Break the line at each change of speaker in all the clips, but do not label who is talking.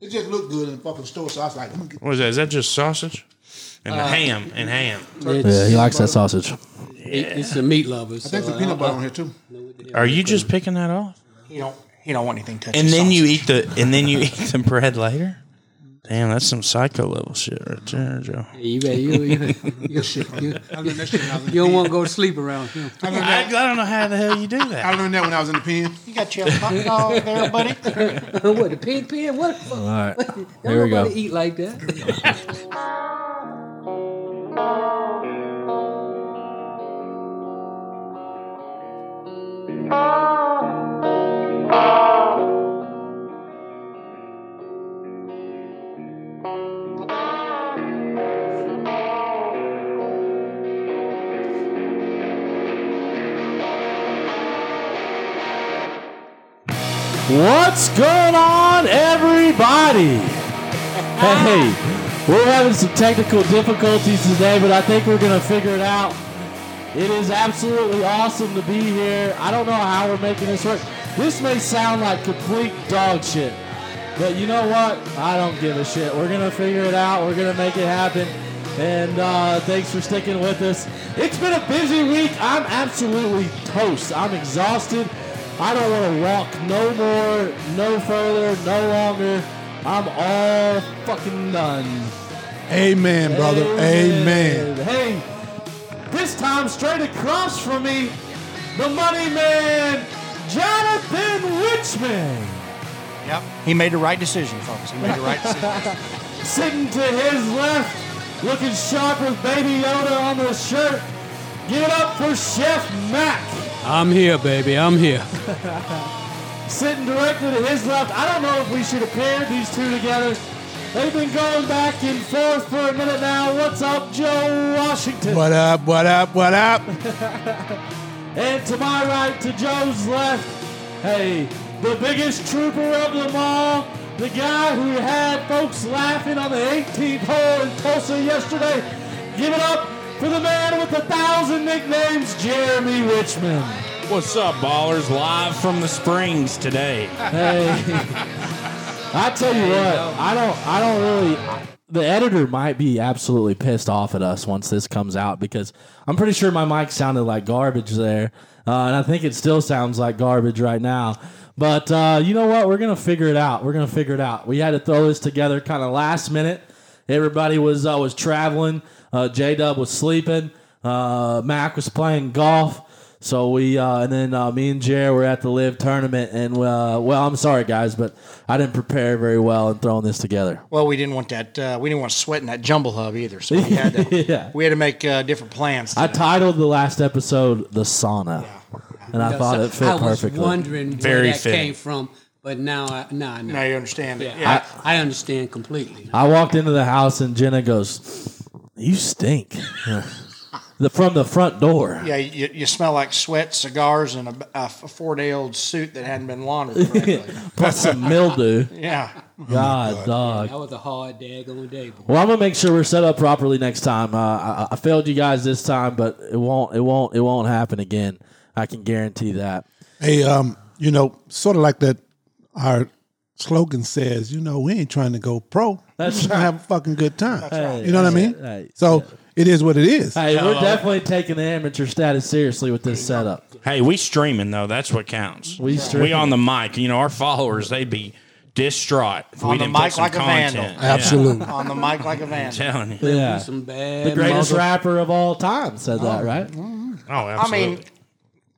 It just looked good in the fucking store, so I was like, let me get
What is that? Is that just sausage? And
Uh,
the ham and ham.
It's,
Yeah, he likes that sausage.
it- it's a meat lover. uh,
I think the peanut butter on here too.
Are you just picking that off?
He don't. He don't want anything touching.
And then you
sausage.
eat the and then you eat the bread later. Damn, that's some psycho level shit right there, Joe.
You, better- you, you,
Good shit. man. I learned that shit when I was in
you
the
don't
pen.
want to go to sleep around him.
I learned
I, I
that-
don't know how the hell you do
I
that.
learned that when I was in the pen.
you got your hot dog there, buddy.
what, the pig pen? What the fuck?
All right,
Don't
here we go.
nobody eat like that.
What's going on, everybody? Hey, we're having some technical difficulties today, but I think we're going to figure it out. It is absolutely awesome to be here. I don't know how we're making this work. This may sound like complete dog shit, but you know what? I don't give a shit. We're going to figure it out, we're going to make it happen. And uh, thanks for sticking with us. It's been a busy week. I'm absolutely toast. I'm exhausted. I don't want to walk no more, no further, no longer. I'm all fucking done.
Amen, brother. Amen.
Hey, this time straight across from me, the money man, Jonathan Richmond.
Yep. He made the right decision, folks. He made the right decision.
Sitting to his left, looking sharp with Baby Yoda on the shirt. Give it up for Chef Mac.
I'm here, baby. I'm here.
Sitting directly to his left. I don't know if we should have paired these two together. They've been going back and forth for a minute now. What's up, Joe Washington?
What up? What up? What up?
And to my right, to Joe's left, hey, the biggest trooper of them all, the guy who had folks laughing on the 18th hole in Tulsa yesterday. Give it up for the man with a thousand nicknames, Jeremy Richmond.
What's up, ballers? Live from the Springs today.
Hey, I tell you what, I don't, I don't really. The editor might be absolutely pissed off at us once this comes out because I'm pretty sure my mic sounded like garbage there, uh, and I think it still sounds like garbage right now. But uh, you know what? We're gonna figure it out. We're gonna figure it out. We had to throw this together kind of last minute. Everybody was uh, was traveling. Uh, J Dub was sleeping. Uh, Mac was playing golf. So we uh, and then uh, me and Jer were at the live tournament, and uh, well, I'm sorry guys, but I didn't prepare very well in throwing this together.
well, we didn't want that. Uh, we didn't want to sweat in that jumble hub either. So we had to.
Yeah,
We had to make uh, different plans.
I titled the last episode "The Sauna," and I thought it fit
I was
perfectly.
wondering where
Very
that
fitting.
came from, but now I, now I know.
now you understand it. Yeah.
I, I understand completely.
I walked into the house, and Jenna goes, "You stink," the from the front door.
Yeah, you, you smell like sweat, cigars, and a, a four day old suit that hadn't been laundered correctly.
Plus some mildew.
Oh
yeah.
God, dog.
That was a hard daggone day. Boy.
Well, I'm gonna make sure we're set up properly next time. Uh, I, I failed you guys this time, but it won't, it won't, it won't happen again. I can guarantee that.
Hey, um, you know, sort of like that. Our slogan says, you know, we ain't trying to go pro. That's we trying to have a fucking good time. You know what I mean?
right.
So it is what it is.
Hey, we're definitely taking the amateur status seriously with this setup.
Hey, we streaming though. That's what counts.
We streaming.
We on the mic. You know, our followers they'd be distraught if we
On the
didn't put
mic
some
like a
content.
vandal.
Yeah,
Absolutely.
On the mic like a van.
I'm telling you.
Yeah,
Some bad
the greatest
mother-
rapper of all time said that, right?
Oh,
I
absolutely.
mean,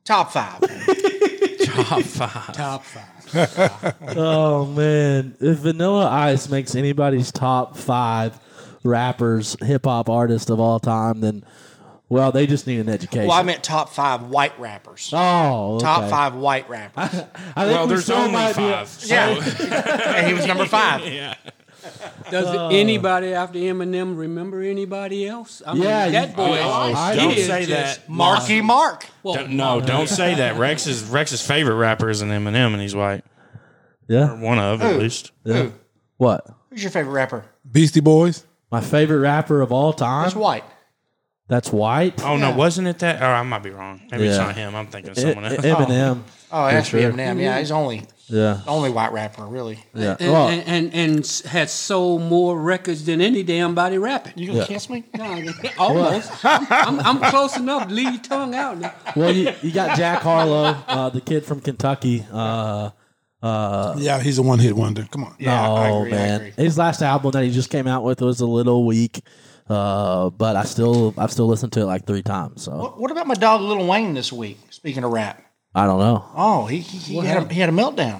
top five.
top five.
top five.
Oh man, if Vanilla Ice makes anybody's top five rappers, hip hop artists of all time, then well, they just need an education.
Well, I meant top five white rappers.
oh, okay.
Top five white rappers.
I think
Well,
we
there's
still
only
might be-
five. so-
Yeah. and he was number five.
Does anybody after Eminem remember anybody else? I mean,
Yeah, you-
that boy.
Oh,
he
don't
is
say
just-
that.
Marky Mark.
Well,
Don't- no, don't say that. Rex's Rex's favorite rapper is an Eminem, and he's white.
Yeah.
One of at least.
Who?
What?
Who's your favorite rapper?
Beastie Boys.
My favorite rapper of all time?
It's white.
That's white.
Oh no, wasn't it that? Or I might be wrong. Maybe it's
Yeah.
not him. I'm thinking of
E-
someone else.
Eminem.
Oh, it has to be
sure.
Eminem. Yeah, he's only
Yeah.
Only white rapper, really.
Yeah.
and,
Well,
eh.
and, and, and s- has sold more records than any damn body rapping.
You gonna
Yeah.
kiss me?
Almost. I'm, I'm, I'm close enough to leave your tongue out now.
well you, you got Jack Harlow, uh, the kid from Kentucky. Uh,
Yeah, he's a one hit wonder. Come on.
Yeah, I
oh,
agree, I
man.
agree.
His last album that he just came out with was a little weak. Uh, but I still I've still listened to it like three times, so
What, what about my dog Little Wayne this week? Speaking of rap,
I don't know.
oh, he he, he had a, he had a meltdown.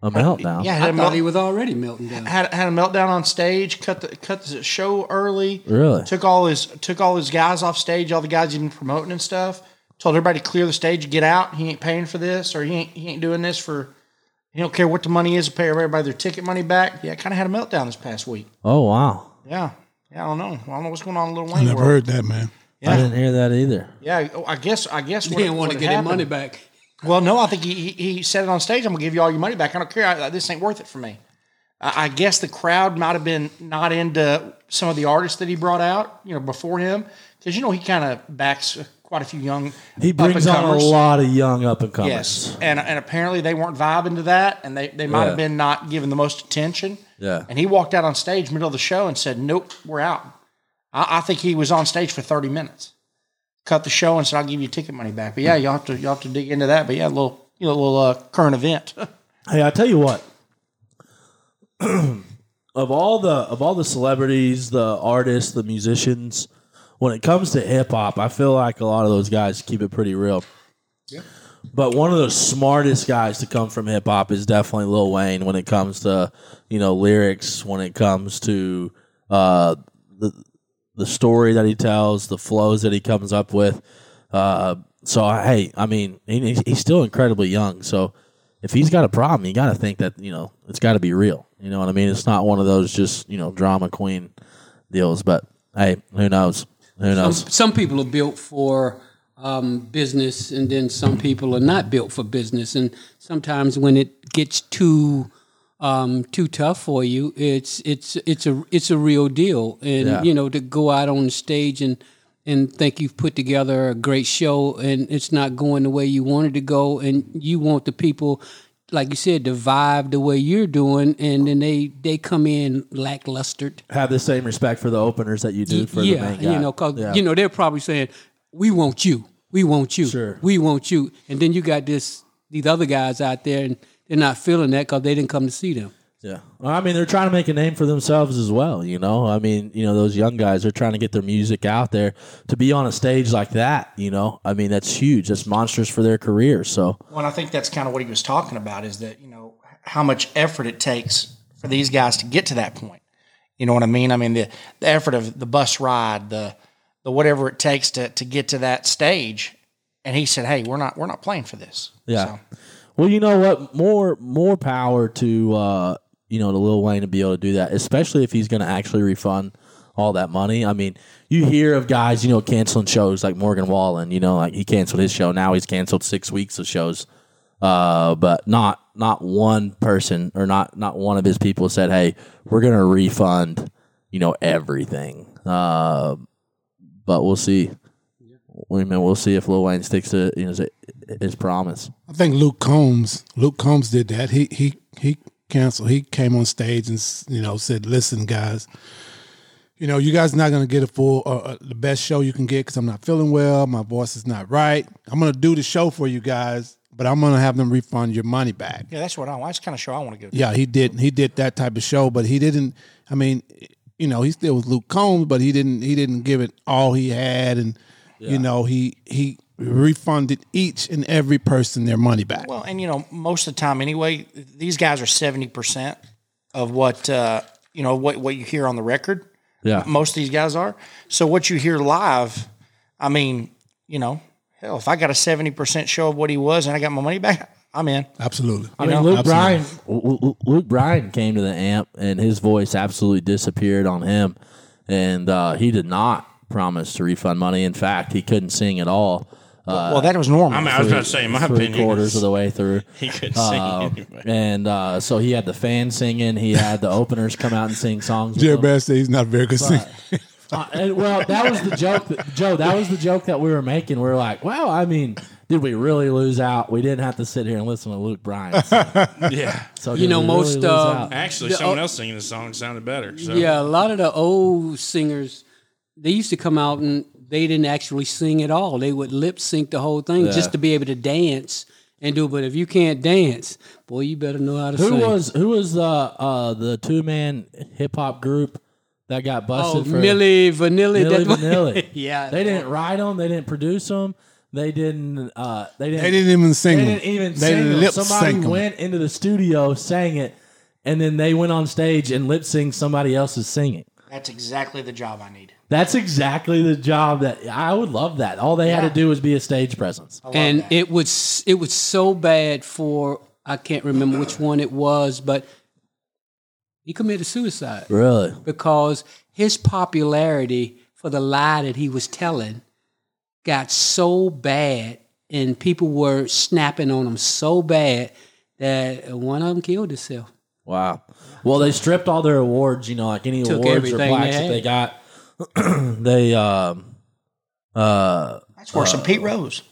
A meltdown.
Yeah,
I
had a,
thought he
melt,
was already melting down.
had, had a meltdown on stage. Cut the cut the show early.
Really?
Took all his took all his guys off stage. All the guys he'd been promoting and stuff. Told everybody to clear the stage, get out. He ain't paying for this, or he ain't he ain't doing this for. He don't care what the money is. Pay everybody their ticket money back. Yeah, kind of had a meltdown this past week.
Oh wow.
Yeah, yeah, I don't know. I don't know what's going on in Little
I
Wayne.
never
world.
heard that, man.
I
Yeah,
didn't hear that either.
yeah. oh, I guess I guess
He
what-
didn't want to
what
get his
happened-
money back.
Well, no, I think he, he he said it on stage. I'm gonna give you all your money back. I don't care. I, this ain't worth it for me. I, I guess the crowd might have been not into some of the artists that he brought out, you know, before him, because you know he kind of backs quite a few young.
He brings on a
up-and-comers.
lot of young up and comers.
Yes, and and apparently they weren't vibing to that, and they they might
Yeah.
have been not giving the most attention.
Yeah.
And he walked out on stage middle of the show and said, "Nope, we're out." I, I think he was on stage for thirty minutes, cut the show, and said, "I'll give you ticket money back." But yeah,
Hmm.
you will have to you will have to dig into that. But yeah, a little you know, a little uh, current event.
Hey, I tell you what. of all the of all the celebrities, the artists, the musicians, when it comes to hip hop, I feel like a lot of those guys keep it pretty real. But one of the smartest guys to come from hip hop is definitely Lil Wayne when it comes to, you know, lyrics, when it comes to uh, the the story that he tells, the flows that he comes up with. Uh, so I- hey, I mean, he, he's still incredibly young. So if he's got a problem, you got to think that you know it's got to be real. You know what I mean? It's not one of those just you know drama queen deals. But hey, who knows? Who
Um,
knows?
some people are built for um, business, and then some people are not built for business. And sometimes when it gets too um, too tough for you, it's it's it's a it's a real deal. And
Yeah.
you know to go out on the stage and and think you've put together a great show, and it's not going the way you wanted to go, and you want the people. Like you said, to vibe the way you're doing, and then they they come in lacklustered
Have the same respect for the openers that you do for
yeah,
the main guy.
you know, 'cause,
Yeah.
you know they're probably saying, "We want you, we want you,
Sure.
we want you," and then you got this these other guys out there, and they're not feeling that because they didn't come to see them.
Yeah. Well, I mean, they're trying to make a name for themselves as well, you know? I mean, you know, those young guys are trying to get their music out there to be on a stage like that, you know? I mean, that's huge. That's monstrous for their career. So,
Well, and I think that's kind of what he was talking about is that, you know, how much effort it takes for these guys to get to that point. You know what I mean? I mean, the, the effort of the bus ride, the, the whatever it takes to, to get to that stage. And he said, Hey, we're not, we're not playing for this.
yeah. Well, you know what? More more power to uh, you know, to Lil Wayne to be able to do that, especially if he's going to actually refund all that money. I mean, you hear of guys, you know, canceling shows like Morgan Wallen, you know, like he canceled his show, now he's canceled 6 weeks of shows. Uh, but not not one person or not not one of his people said, "Hey, we're going to refund, you know, everything." Uh, but we'll see. We mean, we'll see if Lil Wayne sticks to you know, his, his promise.
I think Luke Combs. Luke Combs did that. He he he canceled. He came on stage and s- you know said, "Listen, guys, you know you guys not gonna get a full uh, uh, the best show you can get because I'm not feeling well. My voice is not right. I'm gonna do the show for you guys, but I'm gonna have them refund your money back."
Yeah. That's what I want. That's the kind of show I want to go to.
Yeah, he did. He did that type of show, but he didn't. I mean, you know, he still was Luke Combs, but he didn't. He didn't give it all he had, and you know, he he refunded each and every person their money back.
Well, and you know, most of the time anyway, these guys are 70% of what, uh, you know, what, what you hear on the record.
Yeah.
most of these guys are. So what you hear live, I mean, you know, hell, if I got a seventy percent show of what he was and I got my money back, I'm in.
Absolutely.
I mean,
know?
Luke Bryan.
Absolutely.
Lu- Lu- Luke Bryan came to the amp, and his voice absolutely disappeared on him, and uh, he did not promise to refund money. In fact, he couldn't sing at all. Uh,
well, that was normal.
Oh, I, mean, I was about to say, in my
three
opinion,
quarters of the way through.
he could
Uh,
sing anyway.
and uh, so he had the fans singing. He had the openers come out and sing songs. with
Jerry
him.
Bass said he's not a very good singer.
Uh, and, well, that was the joke, that, Joe. That was the joke that we were making. We were like, "Wow, I mean, did we really lose out? We didn't have to sit here and listen to Luke Bryan. So,
Yeah.
so
You
did
know,
we really
most,
lose
uh,
out?
Actually,
The-
someone
oh.
else singing the song sounded better. So.
Yeah, a lot of the old singers, they used to come out and they didn't actually sing at all. They would lip sync the whole thing
Yeah.
just to be able to dance and do. it. But if you can't dance, boy, you better know how to
who
sing.
was who was the uh, the two man hip hop group that got busted
oh,
for
Millie Vanilli?
Milli
that's what-
Vanilli?
yeah,
they didn't write them. They didn't produce them. They didn't. Uh, they didn't.
They didn't even sing.
They
them.
didn't even
They
sing them.
lip
Somebody
sync them.
went into the studio, sang it, and then they went on stage and lip synced somebody else's singing.
That's exactly the job I need.
That's exactly the job that I would love. That all they had to do was be a stage presence.
and it was it was so bad for I can't remember which one it was, but he committed suicide.
Really?
because his popularity for the lie that he was telling got so bad and people were snapping on him so bad that one of them killed himself.
Wow. Well, they stripped all their awards. You know, like any
Took
awards or
everything
plaques
they
that they got. they um uh
That's worse than Pete Rose.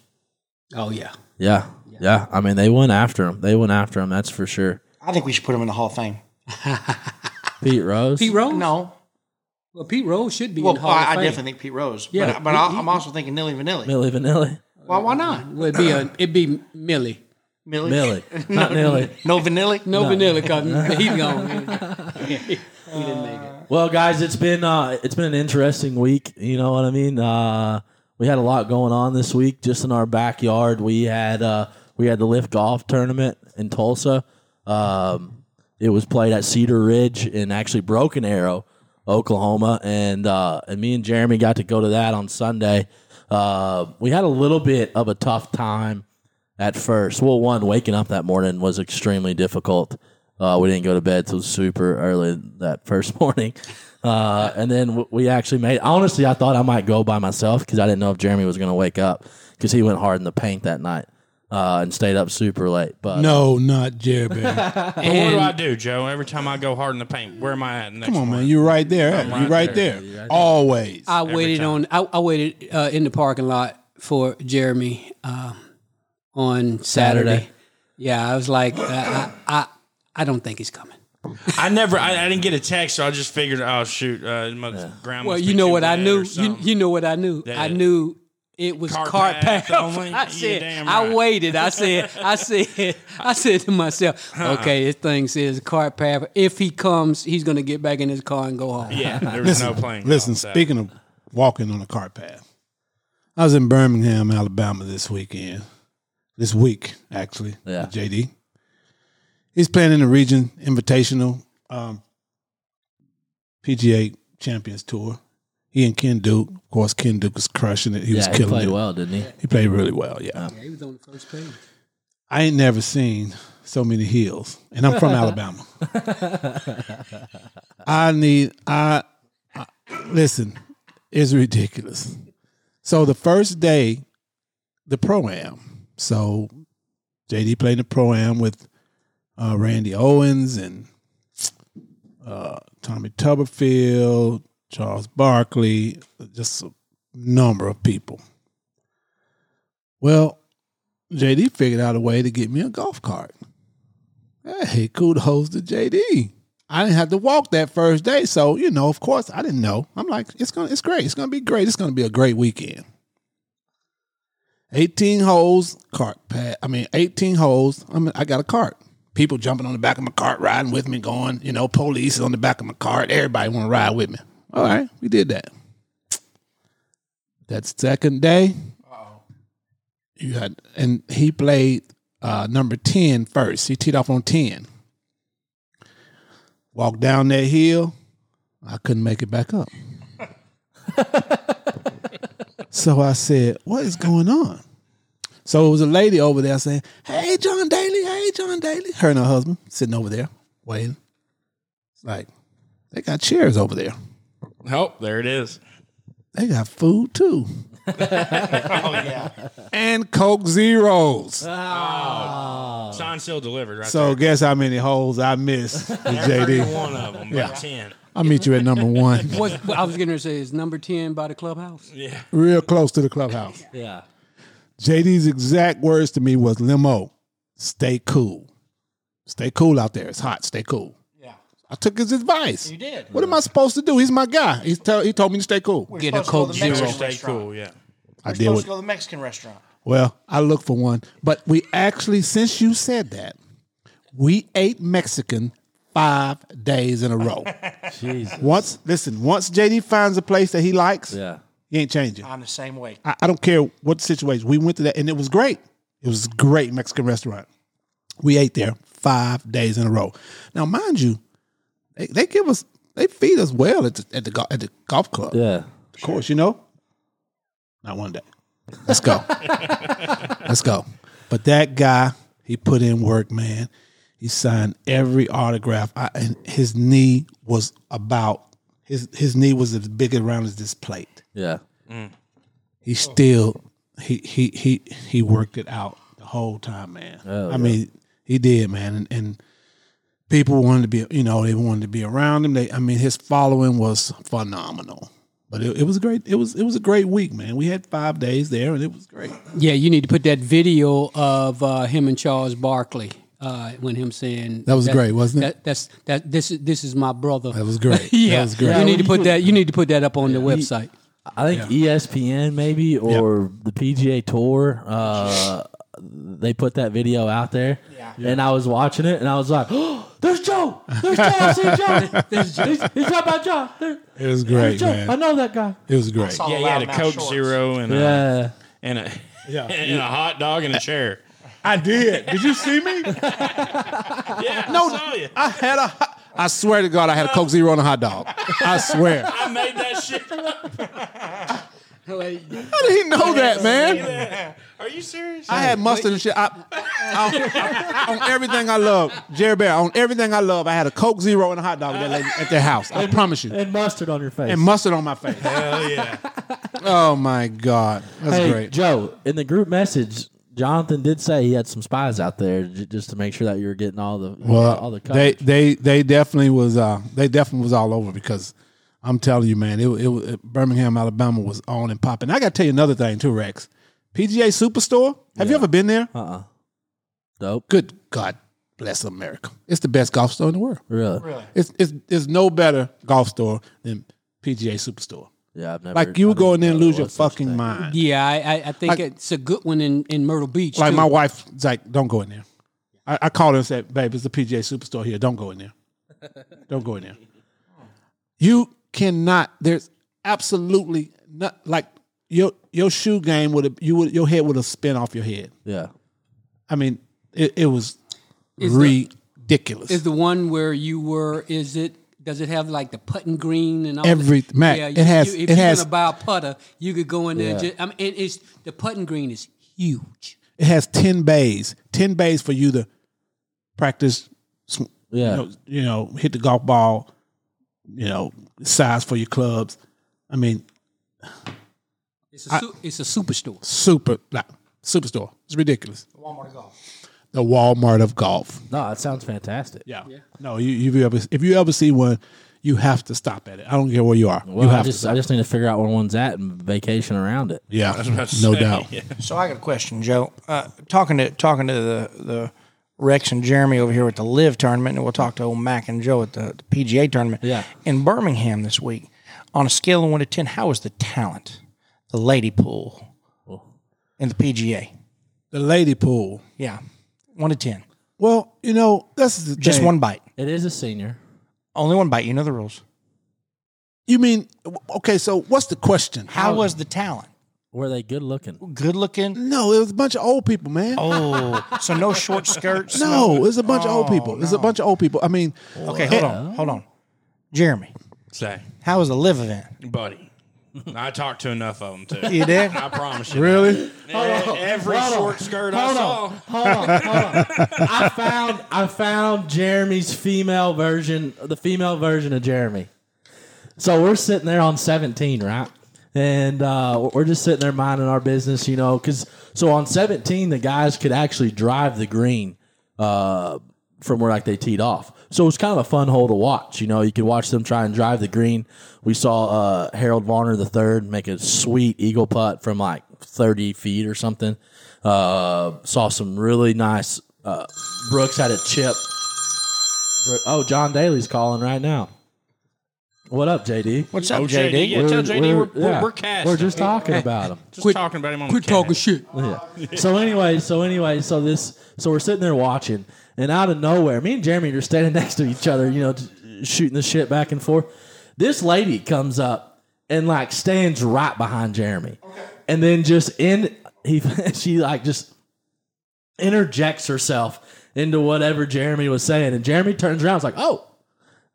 Oh yeah.
yeah yeah. I mean, they went after him. They went after him. That's for sure.
I think we should put him in the Hall of Fame.
Pete Rose.
Pete Rose?
No,
Well Pete Rose should be in the
well,
Hall
I, I
of Fame.
definitely think Pete Rose.
Yeah.
Yeah, but, but I, I'm also thinking Millie Vanilli.
Millie Vanilli.
Why? Why not?
Well, it'd be a, it'd be Millie.
Millie.
Millie. Not Millie.
No Vanilli.
No, vanilla cause he's gone.
Well, guys, it's been uh, it's been an interesting week. You know what I mean? Uh, we had a lot going on this week, just in our backyard. We had uh, we had the lift golf tournament in Tulsa. Um, it was played at Cedar Ridge in actually Broken Arrow, Oklahoma, and uh, and me and Jeremy got to go to that on Sunday. Uh, we had a little bit of a tough time at first. Well, one, waking up that morning was extremely difficult. Uh, we didn't go to bed till super early that first morning. Uh, and then w- we actually made, honestly, I thought I might go by myself because I didn't know if Jeremy was going to wake up because he went hard in the paint that night uh, and stayed up super late. But
No, not Jeremy. Come
But what do I do, Joe? Every time I go hard in the paint, where am I at? Next Come
on, man. You're right there. You're
right
right
there.
there. Always.
I waited on. I, I waited uh, in the parking lot for Jeremy uh, on Saturday.
Saturday.
Yeah, I was like, uh, I, I, I don't think he's coming.
I never. I, I didn't get a text, so I just figured, oh shoot, uh, my grandma.
Well, you know what I knew. You, you know what I knew.
Yeah.
I knew it was
Cart
cart,
path
path.
only?
I
You're
said.
damn
I
right.
waited. I said. I said. I said to myself,
Uh-uh.
"Okay, this thing says cart path. If he comes, he's gonna get back in his car and go home."
yeah, there was no playing.
Listen,
golf, so-
speaking of walking on a cart path, I was in Birmingham, Alabama this weekend. This week, actually.
Yeah.
with JD. He's playing in the region invitational um, PGA Champions Tour. He and Ken Duke. Of course, Ken Duke was crushing it. He was
yeah, he
killing
played
it.
well, didn't he?
He played really well, yeah.
He was on the first page.
I ain't never seen so many hills, and I'm from Alabama. I need I, I listen. It's ridiculous. So the first day, the pro am. So JD played the pro am with uh, Randy Owens and uh, Tommy Tuberfield, Charles Barkley, just a number of people. Well, JD figured out a way to get me a golf cart. Hey, kudos to JD. I didn't have to walk that first day, so you know, of course, I didn't know. I'm like, it's gonna, it's great. It's gonna be great. It's gonna be a great weekend. 18 holes, cart pad. I mean, 18 holes. I mean, I got a cart. People jumping on the back of my cart, riding with me, going, you know, police is on the back of my cart. Everybody want to ride with me. All right, we did that. That second day, you had, and he played uh, number 10 first. He teed off on 10. Walked down that hill. I couldn't make it back up. so I said, What is going on? So it was a lady over there saying, Hey, John Daly, hey, John Daly. Her and her husband sitting over there waiting. It's like, they got chairs over there.
Oh, there it is.
They got food too.
Oh yeah.
And Coke Zeros.
Sign still delivered, right?
So
there.
guess how many holes I missed with
Every
JD.
one of them. Yeah.
Yeah.
Ten.
I'll meet you at number one.
What, what I was gonna say is number ten by the clubhouse.
Real close to the clubhouse.
Yeah.
JD's exact words to me was limo, stay cool. Stay cool out there. It's hot. Stay cool.
Yeah.
I took his advice.
You did.
What am I supposed to do? He's my guy. He's tell, he told me to stay cool.
We're
Get a
supposed to go to
Coke
the
Zero.
Mexican
Stay
restaurant.
cool, yeah.
I
We're
did
supposed
what,
to go to the Mexican restaurant.
well, I look for one. But we actually, since you said that, we ate Mexican five days in a row.
Jesus.
once, listen, once JD finds a place that he likes,
Yeah.
he ain't changing.
I'm the same way.
I, I don't care what the situation. We went to that and it was great. It was a great Mexican restaurant. We ate there five days in a row. Now, mind you, they, they give us they feed us well at the at the, go- at the golf club.
Yeah.
Of course, you know. Not one day. Let's go. Let's go. But that guy, he put in work, man. He signed every autograph. I, and his knee was about his his knee was as big around as this plate
Yeah.
he still he he he he worked it out the whole time, man. I mean, he did, man, and, and people wanted to be, you know, they wanted to be around him. They, I mean, his following was phenomenal. But it, it was great. It was it was a great week, man. We had five days there, and it was great.
Yeah, you need to put that video of uh, him and Charles Barkley uh, when him saying
That was great, wasn't it?
that- that's that. This is this is my brother. That
was great.
yeah,
That was great.
You need to put that. You need to put that up on the website.
I think E ESPN maybe or the PGA Tour. Uh, they put that video out there,
Yeah.
and I was watching it, and I was like, oh, "There's Joe! There's Joe! I see Joe! There's, he's, he's right by Joe! There,
It was
there's
great,
Joe! I
man.
know that guy."
It was great.
Saw
Yeah, he had a
loudmouth
Coke
shorts.
Zero and a,
Yeah,
and a
Yeah.
and a hot dog and a chair.
I did. Did you see me?
Yeah, no, I saw you.
I had a. hot- I swear to God, I had a Coke Zero and a hot dog. I swear.
I made that shit.
How did he know that, man?
Are you serious?
I had mustard and shit. I, I- I- on everything I love, Jerry Bear, on everything I love, I had a Coke Zero and a hot dog at, that lady- at their house. I promise you.
and mustard on your face.
And mustard on my face.
Hell yeah.
Oh my God. That's
hey,
great.
Joe, in the group message, Jonathan did say he had some spies out there j- just to make sure that you were getting all the all the
they
coverage.
they they definitely was uh they definitely was all over because I'm telling you, man, it, it was- Birmingham, Alabama was on and popping. I got to tell you another thing too, Rex. PGA Superstore. Have you ever been there?
Dope,
Good God, bless America. It's the best golf store in the world.
really?
It's it's it's no better golf store than PGA Superstore.
Yeah, I've never
Like you
I
would go
didn't
in there and
know
lose
there
your
was such a
fucking
thing.
mind.
Yeah, I, I, I think
Like-
it's a good one in, in Myrtle Beach.
Like
too.
my wife's like, don't go in there. I, I called her and said, babe, it's a PGA Superstore here. Don't go in there. Don't go in there. You cannot. There's absolutely not like your your shoe game would have you would your head would have spin off your head.
Yeah,
I mean, it, it was
the-
ridiculous.
is the one where you were. Is it? Does it have like the putting green and all?
Every-
that?
Mac,
yeah,
it
you-
has-
You, if
it
you're
has-
gonna buy a putter, you could go in there. And
Yeah.
just, I mean, and it's the putting green is huge.
It has ten bays, ten bays for you to practice. sw-
Yeah.
you know, you know, hit the golf ball. You know, size for your clubs. I mean,
It's a, su- it's a superstore.
super, like, superstore. It's ridiculous.
Walmart golf.
The Walmart of golf.
no, it sounds fantastic.
Yeah. No, you, you ever if you ever see one, you have to stop at it. I don't care where you are.
Well,
you
I
have
just
to.
I just need to figure out where one's at and vacation around it.
Yeah,
to
no
say,
doubt.
So I got a question, Joe. Uh, talking to talking to the, the Rex and Jeremy over here at the Live tournament, and we'll talk to old Mac and Joe at the, the PGA tournament.
Yeah.
In Birmingham this week, on a scale of one to ten, how was the talent, the lady pool, in the PGA?
The lady pool.
Yeah, one to ten,
Well, you know, that's the
just
thing.
one bite,
It is a senior.
only one bite. You know the rules.
You mean okay? So what's the question?
How was the talent?
Were they good looking?
Good looking.
No, it was a bunch of old people, man.
Oh, so no short skirts.
No, it's a bunch of old people. It's a bunch of old people. I mean,
Okay, hold on, hold on. Jeremy,
Say,
how was the live event?
buddy. I talked to enough of them too.
You did?
I promise you.
really?
Every short skirt I saw.
Hold on, hold on. I found I found Jeremy's female version, the female version of Jeremy. So we're sitting there on 17, right? And uh, we're just sitting there minding our business, you know, because so on 17 the guys could actually drive the green uh, from where like they teed off. So it was kind of a fun hole to watch. You know, you could watch them try and drive the green. We saw uh, Harold Varner the third make a sweet eagle putt from like thirty feet or something. Uh, saw some really nice. Uh, Brooks had a chip. Bro- Oh, John Daly's calling right now. What up, JD?
What's up,
Oh,
JD?
JD, yeah. tell JD we're- we're- we're casting.
We're just talking about him.
Just talking about him on
Quit
the cast.
talking shit.
Yeah. So anyway, so anyway, so this, so we're sitting there watching, and out of nowhere, me and Jeremy are standing next to each other, you know, t- shooting the shit back and forth. This lady comes up and like stands right behind Jeremy, and then just in he she like just interjects herself into whatever Jeremy was saying, and Jeremy turns around, and is like, oh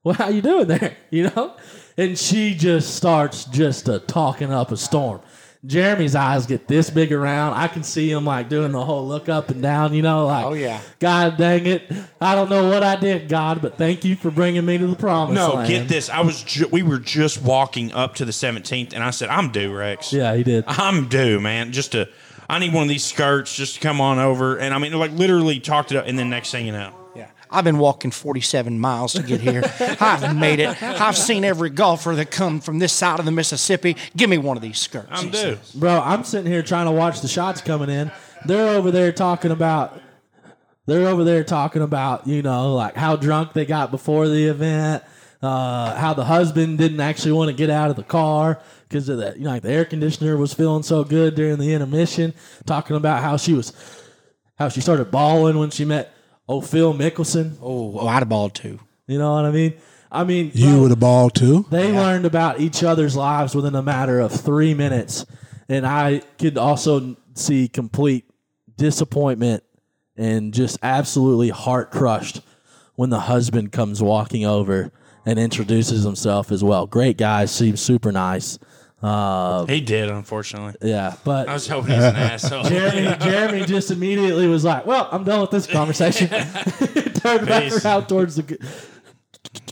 well, how you doing there? You know? And she just starts just uh, talking up a storm. Jeremy's eyes get this big around. I can see him like doing the whole look up and down, you know, like,
Oh, yeah.
God dang it. I don't know what I did, God, but thank you for bringing me to the promise
No,
land.
get this. I was ju- we were just walking up to the 17th, and I said, "I'm due, Rex.
Yeah, he did.
I'm due, man. Just to, I need one of these skirts just to come on over." And I mean, like literally talked it up, and then next thing you know,
Yeah. I've been walking 47 miles to get here. I've made it. I've seen every golfer that come from this side of the Mississippi. Give me one of these skirts.
I'm
he
due.
Bro, I'm sitting here trying to watch the shots coming in. They're over there talking about they're over there talking about, you know, like how drunk they got before the event, uh, how the husband didn't actually want to get out of the car because of the you know, like the air conditioner was feeling so good during the intermission, talking about how she was how she started bawling when she met oh Phil Mickelson.
Oh, oh, I'd have balled too.
You know what I mean? I mean
You
bro,
with a ball too.
they learned about each other's lives within a matter of three minutes, and I could also see complete disappointment and just absolutely heart crushed when the husband comes walking over and introduces himself as well. Great guy, seems super nice. Uh,
He did, unfortunately.
yeah, but
I was hoping he's an asshole.
Jeremy, Jeremy just immediately was like, "Well, I'm done with this conversation." Turned back
Peace.
around towards the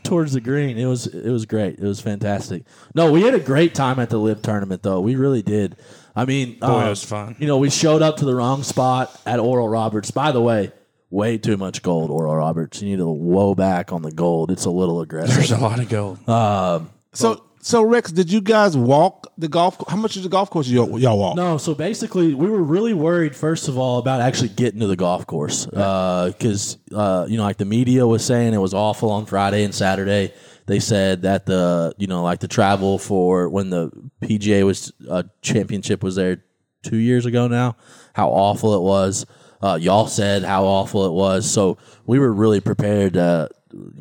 towards the green. It was it was great. It was fantastic. No, we had a great time at the live tournament, though. We really did. I mean, boy,
it was fun.
You know, we showed up to the wrong spot at Oral Roberts. By the way. Way too much gold, Oral Roberts. You need to woe back on the gold. It's a little aggressive.
There's a lot of gold.
So, so Rex, did you guys walk the golf? co- How much is the golf course y'all, y'all walk?
No, so basically, we were really worried first of all about actually getting to the golf course because uh, you know, like the media was saying, it was awful on Friday and Saturday. They said that the you know, like the travel for when the PGA was uh, championship was there two years ago now, how awful it was. Uh, y'all said how awful it was, so we were really prepared to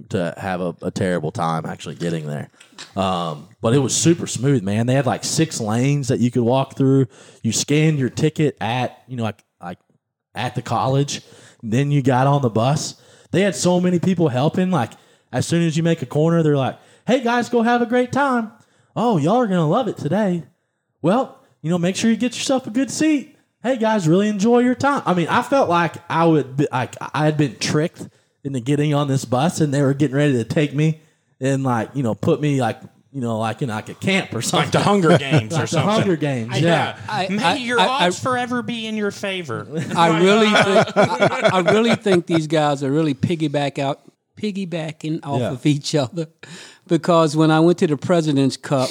to have a, a terrible time actually getting there. Um, but it was super smooth, man. They had like six lanes that you could walk through. You scanned your ticket at you know like like at the college. Then you got on the bus. They had so many people helping. Like as soon as you make a corner, they're like, "Hey guys, go have a great time. Oh, y'all are gonna love it today." Well, you know, make sure you get yourself a good seat. Hey guys, really enjoy your time. I mean, I felt like I would be, like I had been tricked into getting on this bus, and they were getting ready to take me and like you know put me like you know like in like a camp or something.
like the Hunger Games or
Like the
something.
Hunger Games, yeah.
I-
May
I-
your
I- I-
odds forever be in your favor.
I really, think, I, I I really think these guys are really piggyback out, piggybacking off
Yeah.
of each other, because when I went to the Presidents Cup,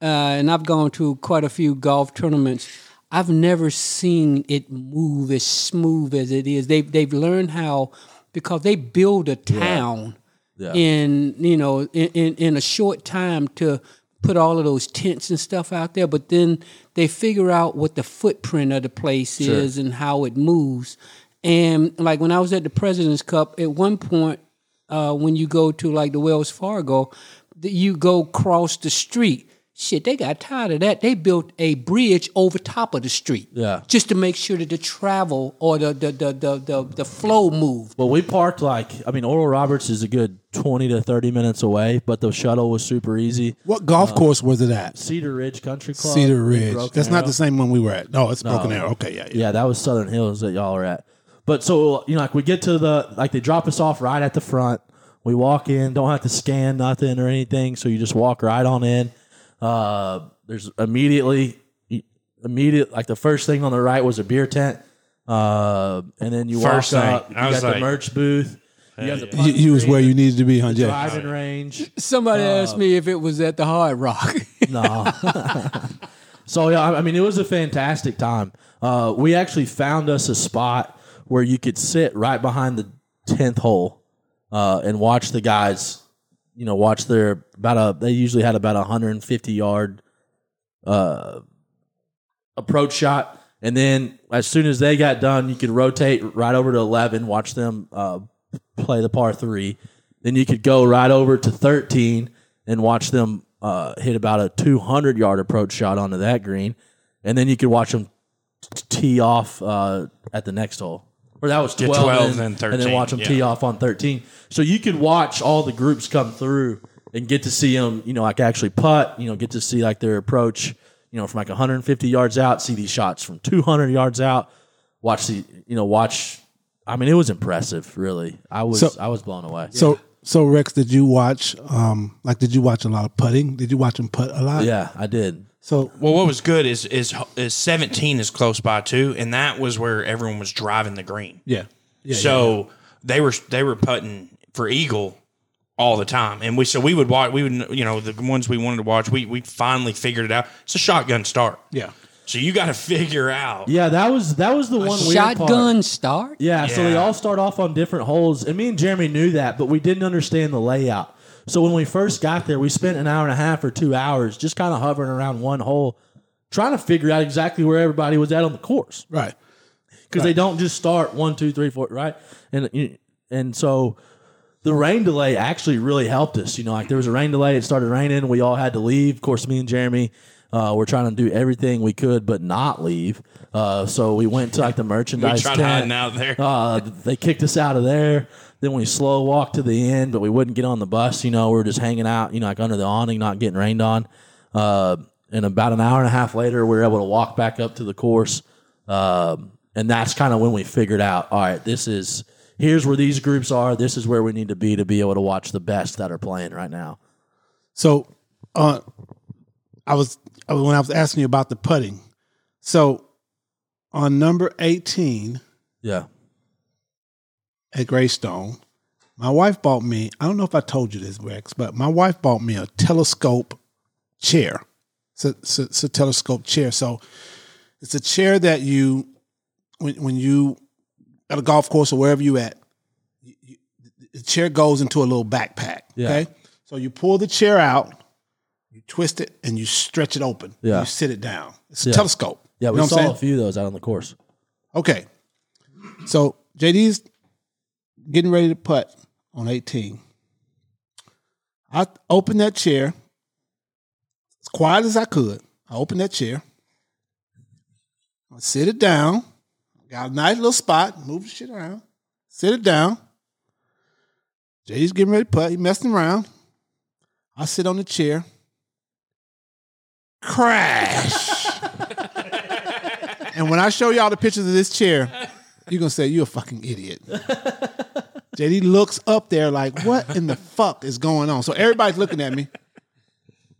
uh, and I've gone to quite a few golf tournaments, I've never seen it move as smooth as it is. They've they've learned how because they build a town
Yeah.
in you know in, in in a short time to put all of those tents and stuff out there but then they figure out what the footprint of the place is and how it moves and like when i was at the president's cup at one point uh, when you go to like the wells fargo that you go cross the street shit they got tired of that they built a bridge over top of the street
Yeah.
just to make sure that the travel or the the the the, the, the flow moved
Well, we parked like I mean, Oral Roberts is a good twenty to thirty minutes away, but the shuttle was super easy.
What golf course was it at?
Cedar Ridge Country Club,
Cedar
in
Ridge.
Broken
That's not
Arrow.
the same one we were at. No, it's Broken Arrow. Okay, yeah, yeah.
Yeah, that was Southern Hills that y'all are at. But so you know, like we get to the like they drop us off right at the front. We walk in, don't have to scan nothing or anything, so you just walk right on in. Uh, there's immediately immediate like the first thing on the right was a beer tent, uh, and then you
First
walk
thing.
up. You
I was
got the
like-
merch booth. You have the
You, you was where you needed to be, huh, Jay?
driving range. Uh,
Somebody asked me if it was at the Hard Rock.
No. So yeah, I I mean, it was a fantastic time. Uh, we actually found us a spot where you could sit right behind the tenth hole uh, and watch the guys. You know, watch their about a. They usually had about a hundred and fifty yard uh, approach shot. And then as soon as they got done, you could rotate right over to 11, watch them uh, play the par three. Then you could go right over to 13 and watch them uh, hit about a 200 yard approach shot onto that green. And then you could watch them t- tee off uh, at the next hole. Or that was 12,
12 and
And
13,
then watch them
yeah.
tee off on 13. So you could watch all the groups come through and get to see them, you know, like actually putt, you know, get to see like their approach, you know, from like 150 yards out, see these shots from 200 yards out, watch the, you know, watch. I mean, it was impressive, really. I was,
So-
I was blown away.
So so Rex, did you watch um like did you watch a lot of putting? Did you watch him putt a lot?
yeah, I did.
So
Well, what was good is is is seventeen is close by too, and that was where everyone was driving the green.
yeah. Yeah.
so they were they were putting for eagle all the time, and we so we would watch we would you know the ones we wanted to watch we we finally figured it out. It's a shotgun start,
yeah.
so you got to figure out.
Yeah, that was that was the one weird part.
Shotgun start.
Yeah, so they
Yeah.
all start off on different holes, and me and Jeremy knew that, but we didn't understand the layout. So when we first got there, we spent an hour and a half or two hours just kind of hovering around one hole, trying to figure out exactly where everybody was at on the course
Right.
because they don't just start one, two, three, four, right? And you- and so the rain delay actually really helped us. You know, like there was a rain delay, it started raining, we all had to leave. Of course, me and Jeremy. Uh, were trying to do everything we could, but not leave. Uh, so we went to like the merchandise
tried
tent.
hiding out there.
Uh, they kicked us out of there. Then we slow walked to the end, but we wouldn't get on the bus. You know, we were just hanging out, you know, like under the awning, not getting rained on. Uh, and about an hour and a half later, we were able to walk back up to the course. Um, and that's kind of when we figured out, all right, this is here's where these groups are. This is where we need to be to be able to watch the best that are playing right now.
So, uh, I was I was- when I was asking you about the putting. So, on number eighteen
Yeah.
at Greystone, my wife bought me. I don't know if I told you this, Rex, but my wife bought me a telescope chair. It's a, it's a- it's a telescope chair. So, it's a chair that you when when you at a golf course or wherever you at, you- you- the chair goes into a little backpack.
Yeah.
Okay, so you pull the chair out. You twist it and you stretch it open.
Yeah.
You sit it down. It's a
Yeah.
telescope.
Yeah,
You
we
know what I'm
saw
saying?
a few of those out on the course.
Okay. So JD's getting ready to putt on 18. I opened that chair as quiet as I could. I opened that chair. I sit it down. Got a nice little spot. Move the shit around. Sit it down. JD's getting ready to putt. He messing around. I sit on the chair. Crash. and when I show y'all the pictures of this chair, you're gonna say you're a fucking idiot. JD looks up there like, what in the fuck is going on? So everybody's looking at me.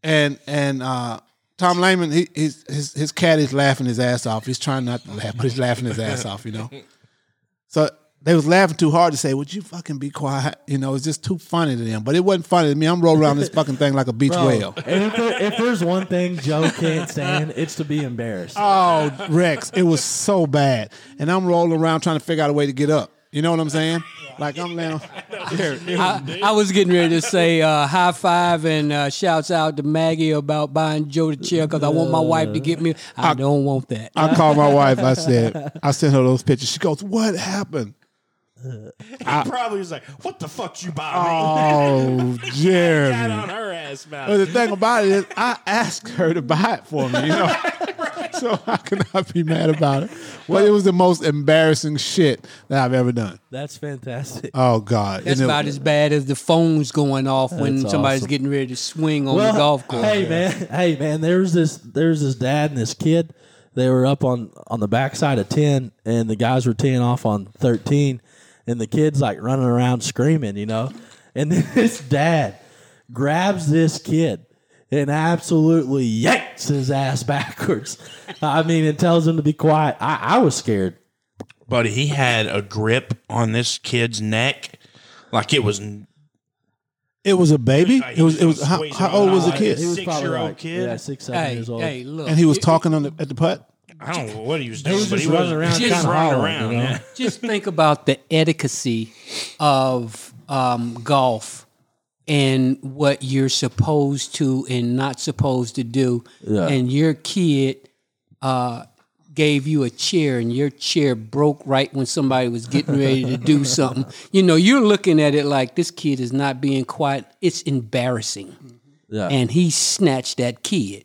And and uh Tom Lehman, he, he's, his his cat is laughing his ass off. He's trying not to laugh, but he's laughing his ass off, you know. So they was laughing too hard to say, "Would you fucking be quiet?" You know, it's just too funny to them. But it wasn't funny to me. I'm rolling around this fucking thing like a beach whale.
And if, there, if there's one thing Joe can't stand, it's to be embarrassed.
Oh, Rex, it was so bad. And I'm rolling around trying to figure out a way to get up. You know what I'm saying? Like I'm now.
I, I was getting ready to say uh, high five and uh, shouts out to Maggie about buying Joe the chair because I want my wife to get me.
Uh,
I, don't want that.
I called my wife. I said, I sent her those pictures. She goes, "What happened?"
He probably was like, "What the fuck you buy
Oh,
me?" Got
Jeremy.
on her ass about
But the
it.
thing about it is, I asked her to buy it for me. You know. So I could not be mad about it. Well, it was the most embarrassing shit that I've ever done.
That's fantastic.
Oh God!
That's
And it-
about as bad as the phones going off when
That's
somebody's
awesome.
getting ready to swing on
Well,
the golf course.
Hey man, hey man, there was this there was this dad and this kid. They were up on on the backside of ten, and the guys were teeing off on thirteen, and the kid's like running around screaming, you know. And then this dad grabs this kid and absolutely yanks his ass backwards. I mean, and tells him to be quiet. I, I was scared.
Buddy, he had a grip on this kid's neck like it was. n-
It was a baby.
Like,
It was. It was.
he's
How,
squeezing
how
him
old was the
out.
He
kid?
was probably
Six-year-old
like,
kid?
Yeah, six, seven
Hey,
years old.
hey, look.
And he was talking on the at the putt.
I don't know what he was doing,
was
but
just
he was
running around
just
kinda
running
hollering,
around.
you know?
yeah.
just think about the etiquette of um, golf and what you're supposed to and not supposed to do.
Yeah.
And your kid uh, gave you a chair, and your chair broke right when somebody was getting ready to do something. You know, you're looking at it like this kid is not being quiet. It's embarrassing.
Mm-hmm. Yeah.
And he snatched that kid.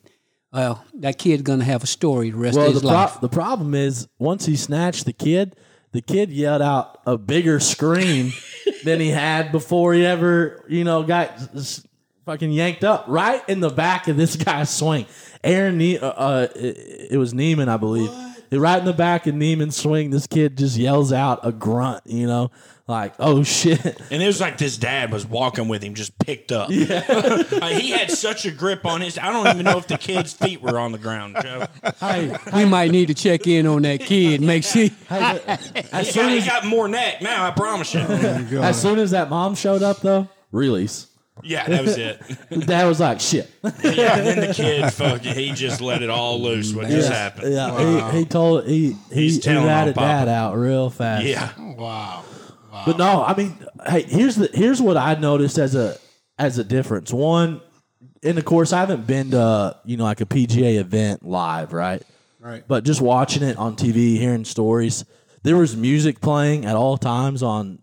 Well, that kid's gonna have a story the rest
well,
of
the,
his
pro-
life.
the problem is once he snatched the kid, the kid yelled out a bigger scream than he had before he ever, you know, got s- s- fucking yanked up right in the back of this guy's swing. Aaron, ne- uh, uh, it, it was Neiman, I believe. Right in the back of Neiman's swing, this kid just yells out a grunt, you know, like, oh shit.
And it was like this dad was walking with him, just picked up. Like, he had such a grip on his. I don't even know if the kid's feet were on the ground, Joe.
hey,
we might need to check in on that kid, make sure.
hey, as,
He
soon
got, he
as,
got more neck now, I promise you.
as soon as that mom showed up, though, release.
Yeah, that was it.
The dad was like, shit.
Yeah, and then the kid, fuck, he just let it all loose. What just happened?
Yeah, he, he told he he,
He's
he
telling on
ratted that
Papa.
out real fast.
Yeah,
Wow.
but no, I mean, hey, here's the here's what I noticed as a as a difference. One, and of course, I haven't been to you know like a PGA event live, right?
Right.
But just watching it on TV, hearing stories, there was music playing at all times on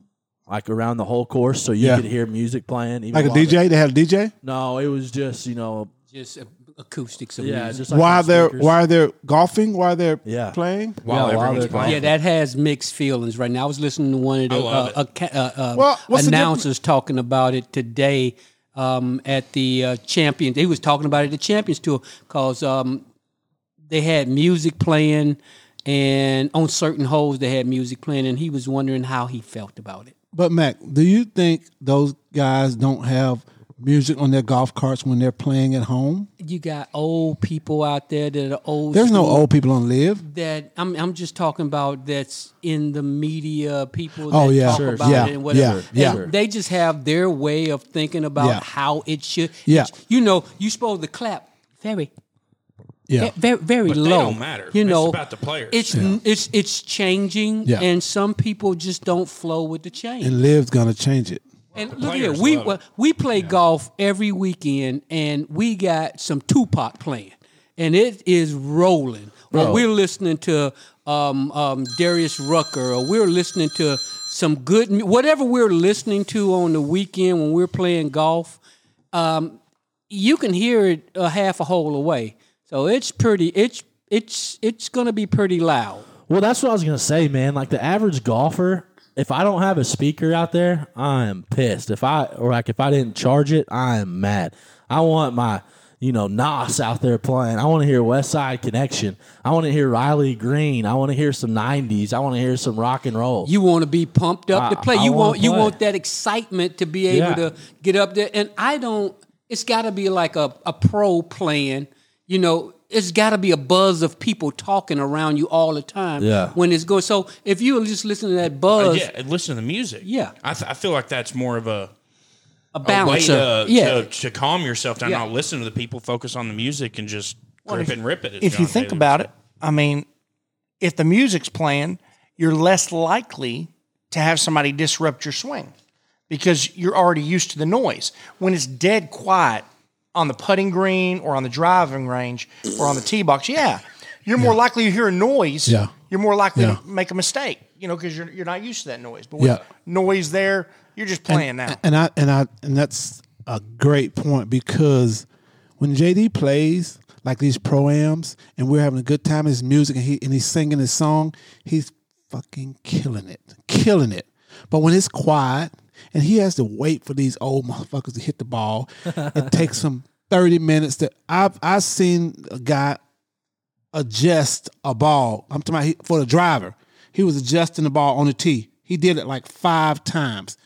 like around the whole course, so you
Yeah.
could hear music playing. Even
Like a
while they-
DJ. They had a DJ.
No, it was just you know
Just a- acoustics of
yeah,
music.
just like
Why
on
they're
speakers.
why they're golfing? Why they're
Yeah.
playing?
while
while
everyone's
they're
playing.
Yeah, that has mixed feelings right now. I was listening to one of the
love
uh,
it.
acca- uh, uh,
Well, what's the
announcers talking about it today um, at the uh, Champions. He was talking about it at the Champions Tour because um, they had music playing, and on certain holes they had music playing, and he was wondering how he felt about it.
But Mac, do you think those guys don't have music on their golf carts when they're playing at home?
You got old people out there that are old.
There's no
school.
old people on live.
that I'm I'm just talking about that's in the media, people that
Oh, yeah.
talk
Sure,
about
yeah,
it and whatever.
yeah,
And
yeah.
They just have their way of thinking about
Yeah.
how it should
Yeah.
it's- you know, you supposed to clap very
Yeah.
very very
But they
low.
don't matter.
You
It's
know,
about the players.
It's it's it's changing
Yeah.
and some people just don't flow with the change.
And live's gonna change it.
And look at
players
it. We
love it.
we play golf every weekend, and we got some Tupac playing, and it is rolling. Or we're listening to um, um, Darius Rucker, or we're listening to some good mu- whatever we're listening to on the weekend when we're playing golf. Um, you can hear it a half a hole away, so it's pretty. It's it's it's going to be pretty loud.
Well, that's what I was gonna say, man. Like the average golfer, if I don't have a speaker out there, I am pissed. If I or like if I didn't charge it, I am mad. I want my you know Nas out there playing. I want to hear West Side Connection. I want to hear Riley Green. I want to hear some '90s. I want to hear some rock and roll.
You want to be pumped up to
I-
play.
I
you
wanna
want you
play.
want that excitement to be able
Yeah.
to get up there. And I don't. It's got to be like a a pro playing. You know, it's got to be a buzz of people talking around you all the time.
Yeah.
When it's going. So if you just listen to that buzz,
yeah, and listen to the music.
Yeah.
I, th- I feel like that's more of a,
a
a way
bouncer.
to,
yeah.
to, to calm yourself down,
Yeah.
not listen to the people, focus on the music, and just grip and rip it. as
If you
John
think
Daly
about it, I mean, if the music's playing, you're less likely to have somebody disrupt your swing because you're already used to the noise. When it's dead quiet on the putting green or on the driving range or on the tee box, yeah, you're more likely to hear a noise.
Yeah.
You're more likely
Yeah.
to make a mistake, you know, because you're, you're not used to that noise. But with
Yeah.
noise there, you're just playing now.
And I and I and that's a great point because when JD plays like these proams and we're having a good time, his music and he and he's singing his song, he's fucking killing it, killing it. But when it's quiet and he has to wait for these old motherfuckers to hit the ball, it takes him thirty minutes. To I've I seen a guy adjust a ball. I'm talking about he, for the driver. He was adjusting the ball on the tee. He did it like five times.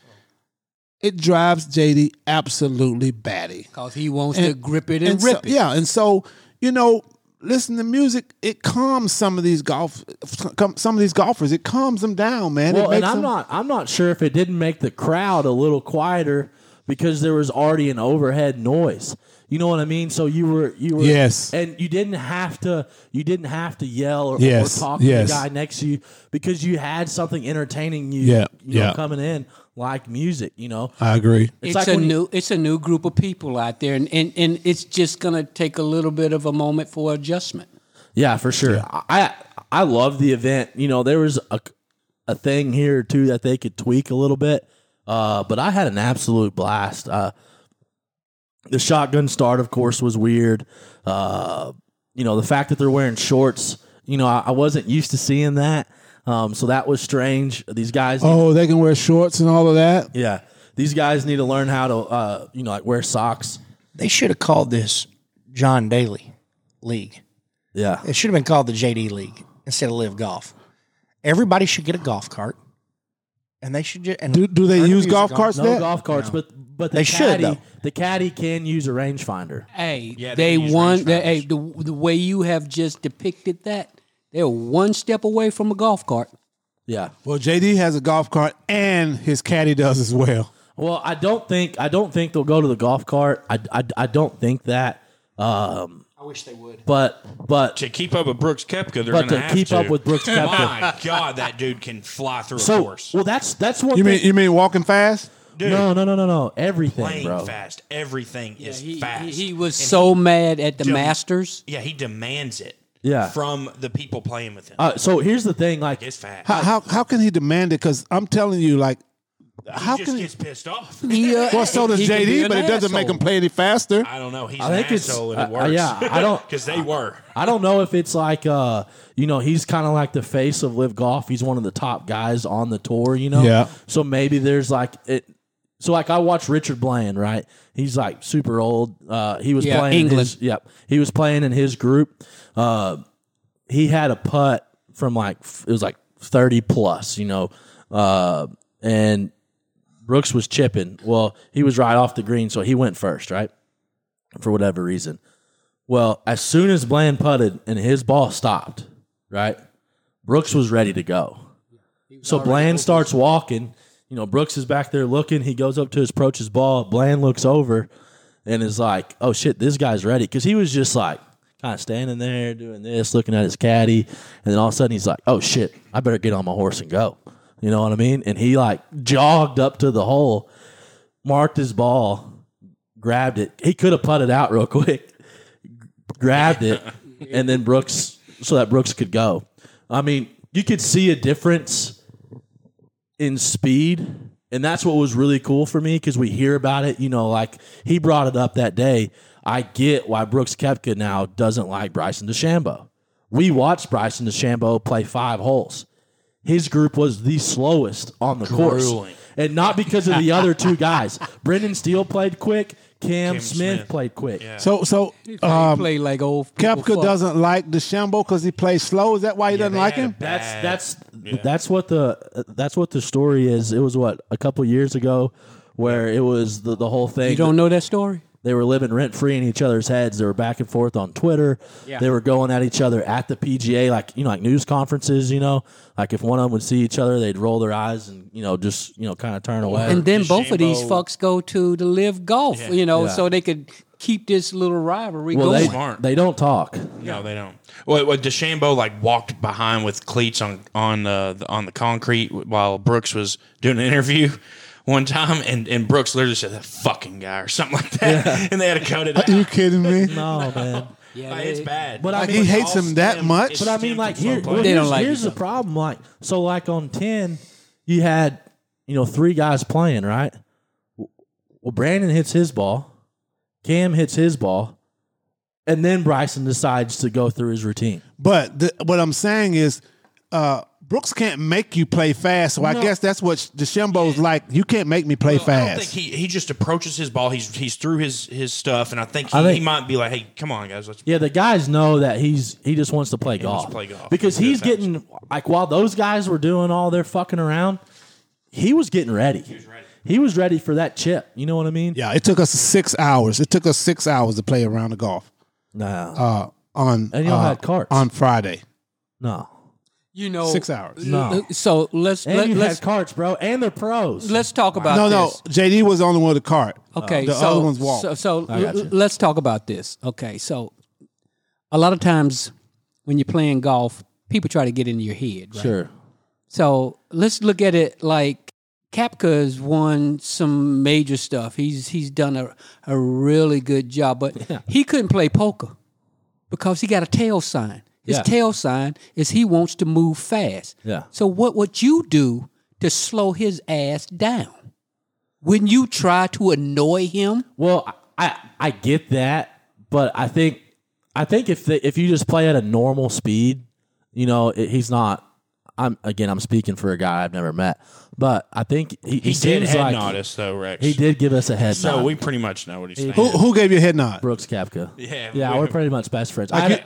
It drives JD absolutely batty.
Cause he wants to
And-
grip it and,
so-
rip it.
Yeah, and so you know, listen to music. It calms some of these golf, some of these golfers. It calms them down, man. it
well, and
makes
I'm
them-
not I'm not sure if it didn't make the crowd a little quieter because there was already an overhead noise. You know what I mean? So you were you were
Yes.
and you didn't have to you didn't have to yell or,
Yes,
or talk
yes.
to the guy next to you because you had something entertaining you,
Yeah,
you know,
yeah.
coming in like music, you know.
I agree.
It's
It's,
like
a
when you-
new it's a new group of people out there, and, and, and it's just gonna take a little bit of a moment for adjustment.
Yeah, for sure. I I love the event. You know, there was a a thing here too that they could tweak a little bit, uh, but I had an absolute blast. Uh, the shotgun start, of course, was weird. Uh, you know, the fact that they're wearing shorts. You know, I, I wasn't used to seeing that, um, so that was strange. These guys,
Oh, they can wear shorts and all of that.
yeah, these guys need to learn how to, uh, you know, like wear socks.
They should have called this John Daly League.
Yeah,
It should have been called the JD League instead of Live Golf. Everybody should get a golf cart, and they should. Just, and
Do, do they
learn to
use
a
golf carts?
no
there?
golf carts, but but the
They should,
caddy,
though.
the caddy can use a rangefinder.
Hey,
Yeah, they
they,
use
won. They,
rangefinders.
hey, the, the way you have just depicted that, they're one step away from a golf cart.
Yeah.
Well, JD has a golf cart and his caddy does as well.
Well, I don't think I don't think they'll go to the golf cart. I, I, I don't think that. Um,
I wish they would.
but but
To keep up with Brooks Kepka, they're going
But to
have
keep up with Brooks Koepka.
My God, that dude can fly through a
so
course.
well that's that's one
You mean
thing.
you mean walking fast?
Dude,
no no no no no everything
playing
bro.
fast. Everything is
He,
fast.
he, he was
And
so mad at the
Dumb.
Masters.
he- yeah, he demands it.
Yeah.
from the people playing with him.
Uh, so here's the thing, like
it's fast.
How how, how can he demand it? Because I'm telling you, like, how
he just
can he?
gets pissed off.
He, uh,
Well, so does
he can be
JD,
an
but it doesn't make
asshole.
him play any faster.
I don't know. He's
I
an
think it's-
asshole, and it
uh, uh,
works.
yeah, I don't-
because they were.
I don't know if it's like uh you know he's kind of like the face of live golf. He's one of the top guys on the tour. You know.
Yeah.
So maybe there's like it. So like I watched Richard Bland, right? He's like super old. Uh, he was
Yeah,
playing in
England.
His, yep, he was playing in his group. Uh, he had a putt from like f- it was like thirty plus, you know, uh, and Brooks was chipping. Well, he was right off the green, so he went first, right? For whatever reason. Well, as soon as Bland putted and his ball stopped, right? Brooks was ready to go. So Bland starts walking. You know, Brooks is back there looking. He goes up to his approaches ball. Bland looks over and is like, "Oh shit, this guy's ready." Because he was just like kind of standing there doing this, looking at his caddy, and then all of a sudden he's like, "Oh shit, I better get on my horse and go." You know what I mean? And he like jogged up to the hole, marked his ball, grabbed it. He could have putted out real quick, grabbed it, and then Brooks so that Brooks could go. I mean, you could see a difference in speed, and that's what was really cool for me because we hear about it. You know, like he brought it up that day. I get why Brooks Kepka now doesn't like Bryson DeChambeau. We watched Bryson DeChambeau play five holes. His group was the slowest on the course.
Grueling.
And not because of the other two guys. Brendan Steele played quick. Cam, Smith,
Smith.
played quick.
So so
He played,
um,
played like old. people
Kepka
fuck.
doesn't like DeChambeau because he plays slow. Is that why he doesn't
they
like
had a
him?
bad-
That's that's that's what the uh, that's what the story is. It was what a couple years ago where it was the, the whole thing.
You don't know that story?
they were living rent free in each other's heads. They were back and forth on Twitter. They were going at each other at the PGA, like you know, like news conferences. You know, like if one of them would see each other, they'd roll their eyes and you know just you know kind of turn away.
And then both of these
Deschambeau-
fucks go to the live golf, you know,
Yeah.
so they could keep this little rivalry
well,
going.
they
Smart.
they don't talk.
No, they don't. Well, well, DeChambeau like walked behind with cleats on on uh, the on the concrete while Brooks was doing an interview one time, and, and Brooks literally said that fucking guy or something like that, and they had to cut it out.
Are you kidding me?
No man.
Yeah,
Like,
they-
it's bad.
But I
Like, mean- he hates
It all
him that
stemmed-
much?
it
But I mean,
stemmed
like
from
here,
slow play.
well,
They
here's,
don't like
here's
each
the
other.
problem. Like, so, like on ten, you had you know three guys playing, right? Well, Brandon hits his ball, Cam hits his ball, and then Bryson decides to go through his routine.
But the, what I'm saying is, uh, Brooks can't make you play fast. So I
No.
guess that's what DeChambeau's like. You can't make me play
I don't
fast.
think he, he just approaches his ball. He's he's through his his stuff, and I think he,
I think-
he might be like, "Hey, come on, guys, let's."
Yeah, the guys know that he's he just wants to play golf.
wants to play golf.
because
He's
he's
good at
getting like while those guys were doing all their fucking around, he was getting ready. He was
ready.
He was ready for that chip. You know what I mean?
yeah, it took us six hours. It took us six hours to play around the golf
No.
uh, on
And y'all
uh,
had carts.
on Friday.
no.
you know,
Six hours.
No.
So let's
And
let,
you
let's
had carts, bro, and they're pros.
let's talk about
No, no.
this.
JD was the only one with a cart.
Oh,
Okay,
the
so,
other ones walked.
So, so
I got
l-
you.
let's talk about this. Okay, so a lot of times when you're playing golf, people try to get into your head. Right?
sure.
So let's look at it like Kapka's won some major stuff. He's he's done a, a really good job, but he couldn't play poker because he got a tail sign. His
Yeah.
tail sign is he wants to move fast.
Yeah.
So what would you do to slow his ass down? Wouldn't you try to annoy him?
Well, I I get that, but I think I think if the, if you just play at a normal speed, you know it, he's not. I'm again. I'm speaking for a guy I've never met, but I think he, he,
He did
seems
head
like
nod us though, Rex.
he did give us a head
So
nod.
we pretty much know what he's saying.
who, who gave you a head nod?
Brooks Kapka.
Yeah,
yeah,
we-
we, are pretty much best friends. I, had a,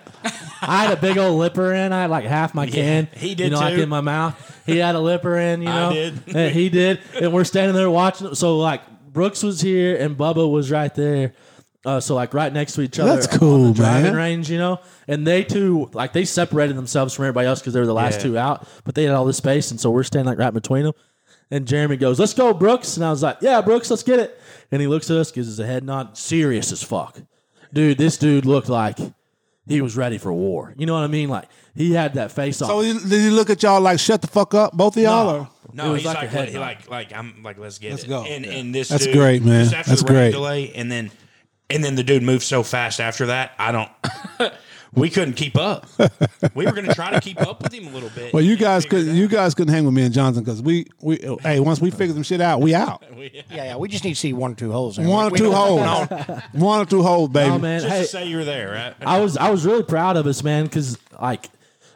I had a big old lipper in. I had like half my can.
he did
You know, like
too.
in my mouth. He had a lipper in. You
I
know,
did.
And he did. And we're standing there watching. So like Brooks was here and Bubba was right there. Uh, so like right next to each other.
That's
on the
cool,
driving
man.
range, you know. And they too, like they separated themselves from everybody else because they were the last
Yeah.
two out. But they had all this space, and so we're standing like right in between them. And Jeremy goes, "Let's go, Brooks." And I was like, "Yeah, Brooks, let's get it." And he looks at us, gives us a head nod, serious as fuck, dude. This dude looked like he was ready for war. You know what I mean? Like he had that face on.
So he- did he look at y'all like shut the fuck up, both of y'all? Or?
It
No,
was
he's
like
like,
a
like,
head nod.
like, like, I'm like, let's get
Let's
it.
go.
And, and this,
That's
dude-
great, man.
just after
That's
the rain
great.
Delay, and then, and then the dude moved so fast after that. I don't. we couldn't keep up. we were going to try to keep up with him a little bit.
Well, you
and
guys
figure
could
it
you guys couldn't hang with me and Johnson because we we hey once we figure some shit out we out
out. We-
Yeah, yeah. We just need to see one or two holes. there.
one
We-
or
we
two
don't-
holes one or two holes baby
oh man,
Just
hey,
to say you were there, right?
I was I was really proud of us, man, because like,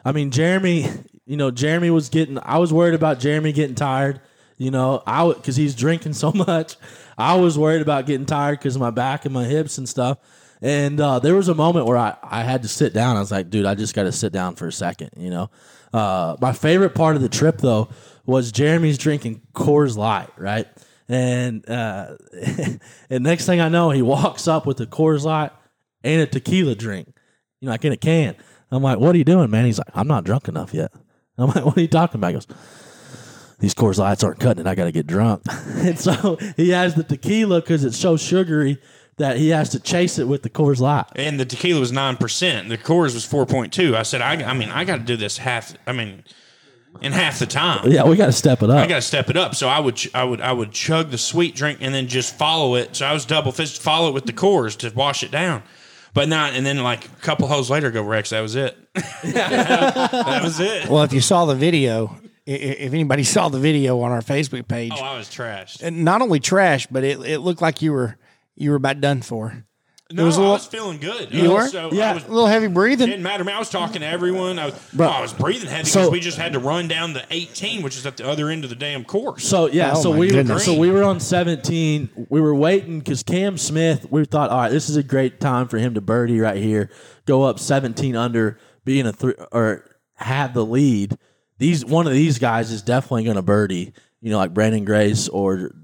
I mean, Jeremy, you know, Jeremy was getting. I was worried about Jeremy getting tired. You know, I because he's drinking so much. I was worried about getting tired because of my back and my hips and stuff. And uh, there was a moment where I, I had to sit down. I was like, dude, I just got to sit down for a second. You know, uh, my favorite part of the trip though was Jeremy's drinking Coors Light, right? And uh, and next thing I know, he walks up with the Coors Light and a tequila drink, you know, like in a can. I'm like, what are you doing, man? He's like, I'm not drunk enough yet. I'm like, what are you talking about? He goes, these Coors Lights aren't cutting it. I got to get drunk. and so he has the tequila because it's so sugary that he has to chase it with the Coors Light.
and the tequila was nine percent. The Coors was four point two. I said, I, I mean, I got to do this half. I mean, in half the time.
Yeah, we got to step it
I
up.
got to step it up. So I would, ch- I would, I would chug the sweet drink and then just follow it. So I was double fist, follow it with the cores to wash it down. But not, and then like a couple holes later, go Rex. That was it. that was it.
Well, if you saw the video, i- i- if anybody saw the video on our Facebook page,
Oh, I was trashed.
and not only trash, but it, it looked like you were you were about done for.
No,
was
I
a little-
was feeling good.
You
Uh,
were?
So
Yeah.
I was,
A little heavy breathing.
didn't matter. Man, I was talking to everyone. I was,
Bro.
oh, I was breathing heavy
So-
because we just had to run down the 18, which is at the other end of the damn course.
So yeah,
Oh,
so
my
we
goodness.
so we were on 17. We were waiting because Cam Smith. We thought, all right, this is a great time for him to birdie right here, go up 17 under, being a three or have the lead. These one of these guys is definitely going to birdie. You know, like Brandon Grace or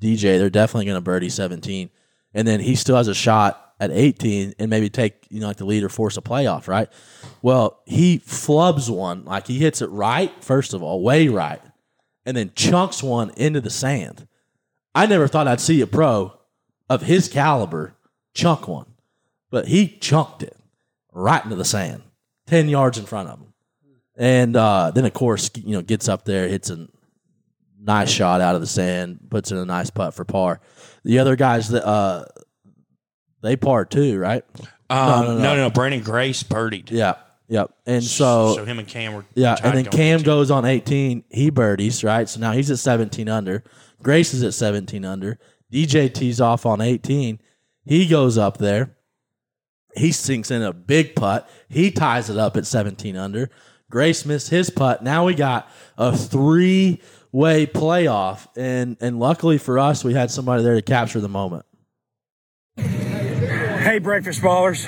DJ, they're definitely going to birdie 17. And then he still has a shot at 18 and maybe take, you know, like the lead or force a playoff, right? Well, he flubs one. Like he hits it right, first of all, way right, and then chunks one into the sand. I never thought I'd see a pro of his caliber chunk one, but he chunked it right into the sand, 10 yards in front of him. And uh, then, of course, you know, gets up there, hits an nice shot out of the sand, puts in a nice putt for par. The other guys that uh they par too, right?
Um, no, no, no, Brandon Grace birdied.
Yeah. Yep. And
so him and Cam were
yeah,
tied
and then
going
Cam
into-
goes on 18. He birdies, right? So now he's at 17 under. Grace is at 17 under. DJ tees off on 18. He goes up there. He sinks in a big putt. He ties it up at 17 under. Grace missed his putt. Now we got a three way playoff. And, and luckily for us, we had somebody there to capture the moment.
Hey, breakfast ballers.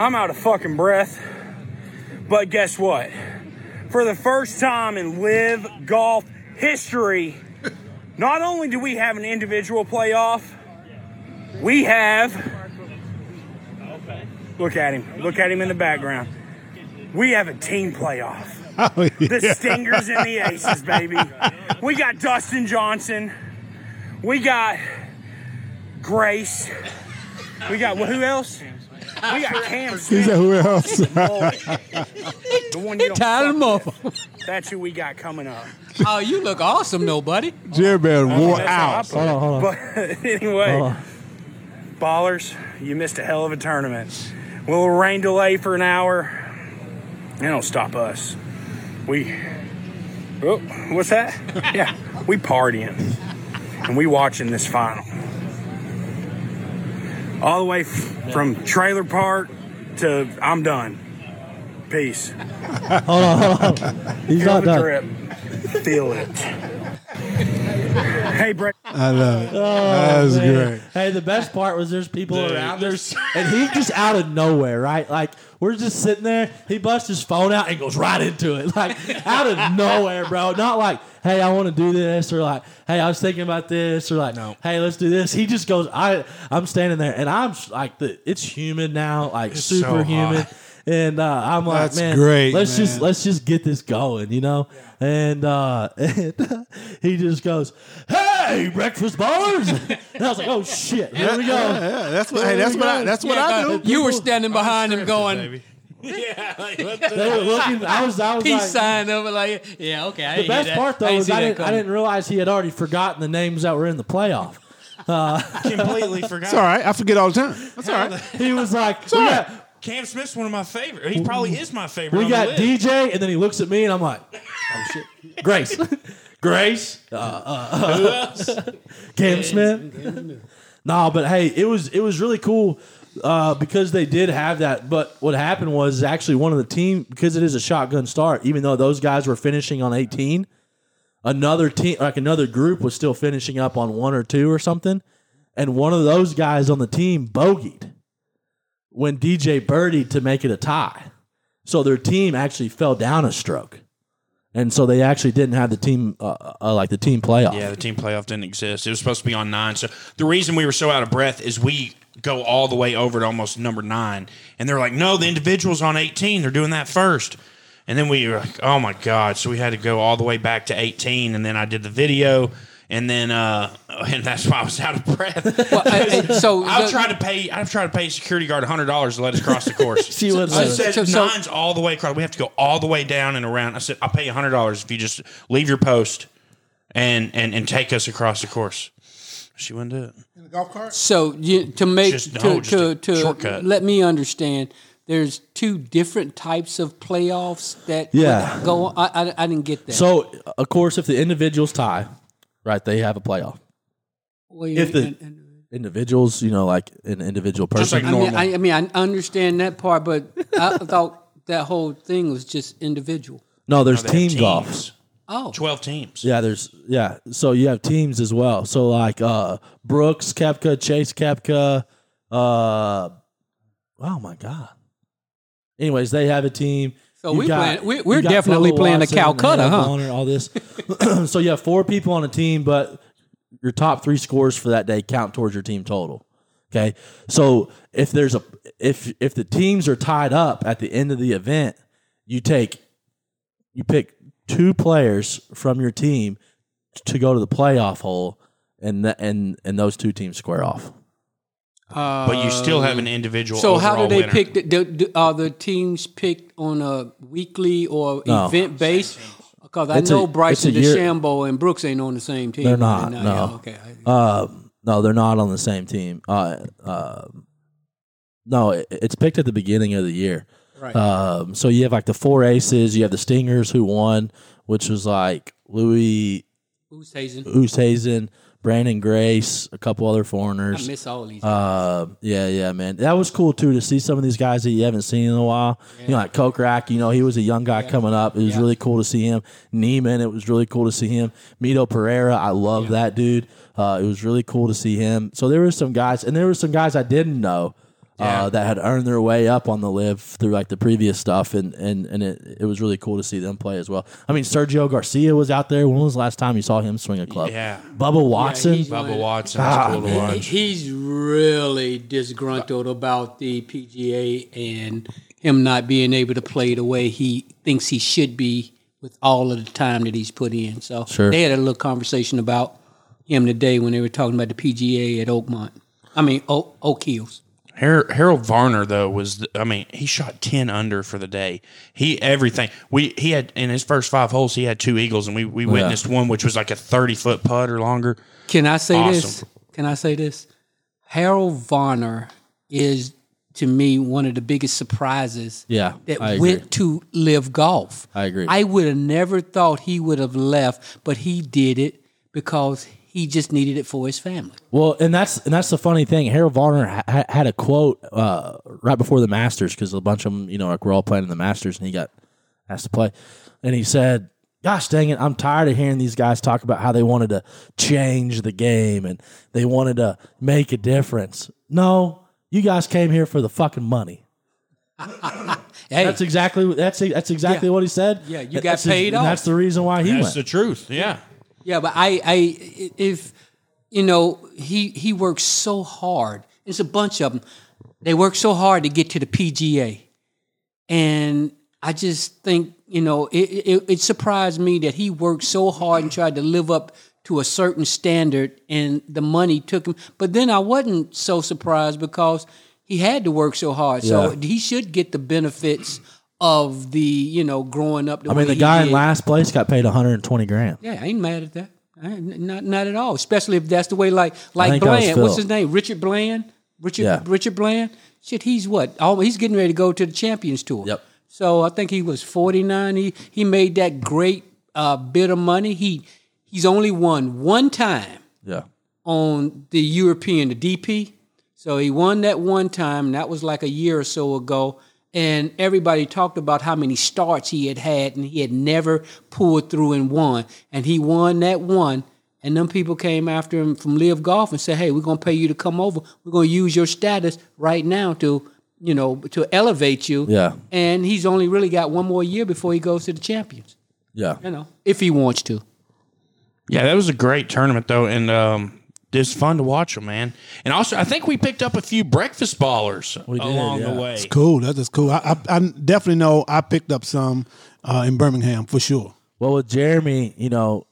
I'm out of fucking breath. But guess what? For the first time in live golf history, not only do we have an individual playoff, we have. Look at him. Look at him in the background. We have a team playoff.
Oh,
the stingers and the aces, baby. We got Dustin Johnson. We got Grace. We got well, who else? We got Cam
He
Smith.
said, "Who else?"
the one you don't,
Tyler Moore.
that's who we got coming up.
Oh, you look awesome, nobody.
Jerry Bear wore
That's how I
out.
put it. But anyway,
Oh.
ballers, you missed a hell of a tournament. Little rain delay for an hour. It don't stop us. We, oh, what's that? yeah, we partying and we watching this final. All the way f- from trailer park to I'm done. Peace.
He's
Feel
not
the
done.
drip. Feel it. hey, Brett.
I love it. that was great.
Hey, the best part was there's people around us, and he just out of nowhere, right? Like we're just sitting there. He busts his phone out and goes right into it, like out of nowhere, bro. Not like, hey, I want to do this, or like, hey, I was thinking about this, or like, no, hey, let's do this. He just goes. I I'm standing there, and I'm s- like, the, it's humid now, like
It's so
super humid.
hot.
And uh, I'm like,
That's
man,
great,
Let's just
man.
let's just get this going, you know? And uh and he just goes, Hey, breakfast ballers. and I was like, Oh shit, here
Yeah,
we go.
yeah, that's what. Hey, that's what I. That's what I do.
You were standing behind him going,
They were looking I was I was
peace
like,
sign over like, yeah, okay. I
the
didn't
best
hear that.
part though
didn't
was
see
I
that
didn't I
coming.
didn't realize he had already forgotten the names that were in the playoff.
Completely forgot.
It's all right. I forget all the time. That's all right.
He was like, We
all
got,
Cam Smith's one of my favorite. He probably is my favorite.
we
on
got
the list.
DJ, and then he looks at me and I'm like, Oh shit. Grace. Uh, Grace.
Who else?
Cam Smith. no, but hey, it was it was really cool uh, because they did have that. But what happened was actually one of the team because it is a shotgun start. Even though those guys were finishing on eighteen, another team like another group was still finishing up on one or two or something, and one of those guys on the team bogeyed when DJ birdied to make it a tie. So their team actually fell down a stroke. And so they actually didn't have the team, uh, uh, like the team playoff.
Yeah, the team playoff didn't exist. It was supposed to be on nine. So the reason we were so out of breath is we go all the way over to almost number nine, and they're like, "No, the individuals on eighteen. They're doing that first. And then we were like, "Oh my god!" So we had to go all the way back to eighteen, and then I did the video, and then uh, and that's why I was out of breath.
Well, I- I- so
I've
the-
tried to pay. I've tried to pay a security guard hundred dollars to let us cross the course.
See what
I said
So- so-
nine's all the way across. We have to go all the way down and around. I said I'll pay you hundred dollars if you just leave your post and and and take us across the course. She wouldn't do it.
So you, to make
Just-
to
no, just
to,
a
to
shortcut.
let me understand, there's two different types of playoffs that
Yeah.
would go. I, I I didn't get that.
So, of course, if the individuals tie, right, they have a playoff.
Wait,
if the-
and- and-
Individuals, you know, like an individual
Just
person.
like
I mean,
normal.
I, I mean, I understand that part, but I thought that whole thing was just individual.
no, there's
They have
team
teams.
golf.
Oh,
Twelve teams.
Yeah, there's yeah. So you have teams as well. So like uh Brooks Kepka, Chase Kepka, uh oh my god. Anyways, they have a team.
So
You
we
got-
playing- we-
you
we're
got
definitely
Bubba
playing the
Watson,
Calcutta,
Eric
huh?
Bonner, all this. so you have four people on a team, but your top three scores for that day count towards your team total. Okay, so if there's a if if the teams are tied up at the end of the event, you take you pick two players from your team to go to the playoff hole, and th- and and those two teams square off. Uh,
But you still have an individual.
so how do
overall
they
winner.
pick? The, do, do, are the teams picked on a weekly or
No.
event base? Because I
It's a-
know
it's
Bryson
a year-
DeChambeau and Brooks ain't on the same team.
They're not,
They're
no.
yeah, okay. I-
Um, no, they're not on the same team. Uh, um no, it, it's picked at the beginning of the year.
Right.
Um, so you have like the four aces. You have the Stingers who won, which was like Louis
Who's hazing?
Oosthuizen, Brandon Grace, a couple other
I
foreigners.
miss all these.
Uh, yeah, yeah, man. That was cool too to see some of these guys that you haven't seen in a while. You know, like Kokrak, you know, he was a young guy coming up. It was really cool to see him. Neiman, it was really cool to see him. Mito Pereira, I love that dude. Uh, it was really cool to see him. So there were some guys, and there were some guys I didn't know. uh, that had earned their way up on the live through like the previous stuff, and and and it, it was really cool to see them play as well. I mean, Sergio Garcia was out there. When was the last time you saw him swing a club?
Yeah.
Bubba Watson.
he's-
Bubba Watson.
Ah,
That's cool to watch.
He's really disgruntled about the PGA and him not being able to play the way he thinks he should be with all of the time that he's put in. So
Sure.
they had a little conversation about him today when they were talking about the PGA at Oakmont. I mean, Oak, Oak Hills.
Har- Harold Varner though was the, I mean he shot ten under for the day. He everything we he had in his first five holes he had two eagles and we we witnessed one which was like a thirty foot putt or longer.
Can I say this?
Awesome.
Can I say this? Harold Varner is to me one of the biggest surprises.
Yeah,
that
I agree.
went to live golf.
I agree.
I would have never thought he would have left, but he did it because he just needed it for his family.
Well, and that's and that's the funny thing. Harold Varner ha- had a quote uh, right before the Masters because a bunch of them, you know, like we're all playing in the Masters, and he got asked to play, and he said, "Gosh dang it, I'm tired of hearing these guys talk about how they wanted to change the game and they wanted to make a difference. No, you guys came here for the fucking money.
Hey,
That's exactly that's that's exactly
Yeah.
what he said.
Yeah, you
Th-
got
that's his-
paid
and
off.
That's the reason why he
That's
went.
the truth. Yeah.
Yeah, but I, I, if you know, he he works so hard. It's a bunch of them. They work so hard to get to the PGA, and I just think you know, it it, it surprised me that he worked so hard and tried to live up to a certain standard, and the money took him. But then I wasn't so surprised because he had to work so hard, so he should get the benefits of the you know growing up. The
I mean, the guy in last place got paid 120 grand.
yeah, I ain't mad at that. I ain't- not not at all. Especially if that's the way like like
think that was
Bland. What's
Phil.
his name? Richard Bland. Richard
Yeah.
Richard Bland. Shit, he's what? Oh, he's getting ready to go to the Champions Tour.
Yep.
So I think he was forty nine. He he made that great uh, bit of money. He he's only won one time
Yeah,
on the European, the DP. So he won that one time, and that was like a year or so ago. And everybody talked about how many starts he had had, and he had never pulled through and won. And he won that one, and them people came after him from Live Golf and said, "Hey, we're gonna pay you to come over. We're gonna use your status right now to, you know, to elevate you."
Yeah.
And he's only really got one more year before he goes to the Champions.
yeah.
You know, if he wants to.
Yeah, that was a great tournament though, and um, it's fun to watch them, man. And also, I think we picked up a few breakfast ballers
did,
along
yeah.
the way.
Cool. That's just cool. I, I, I definitely know I picked up some uh, in Birmingham for sure.
Well, with Jeremy, you know,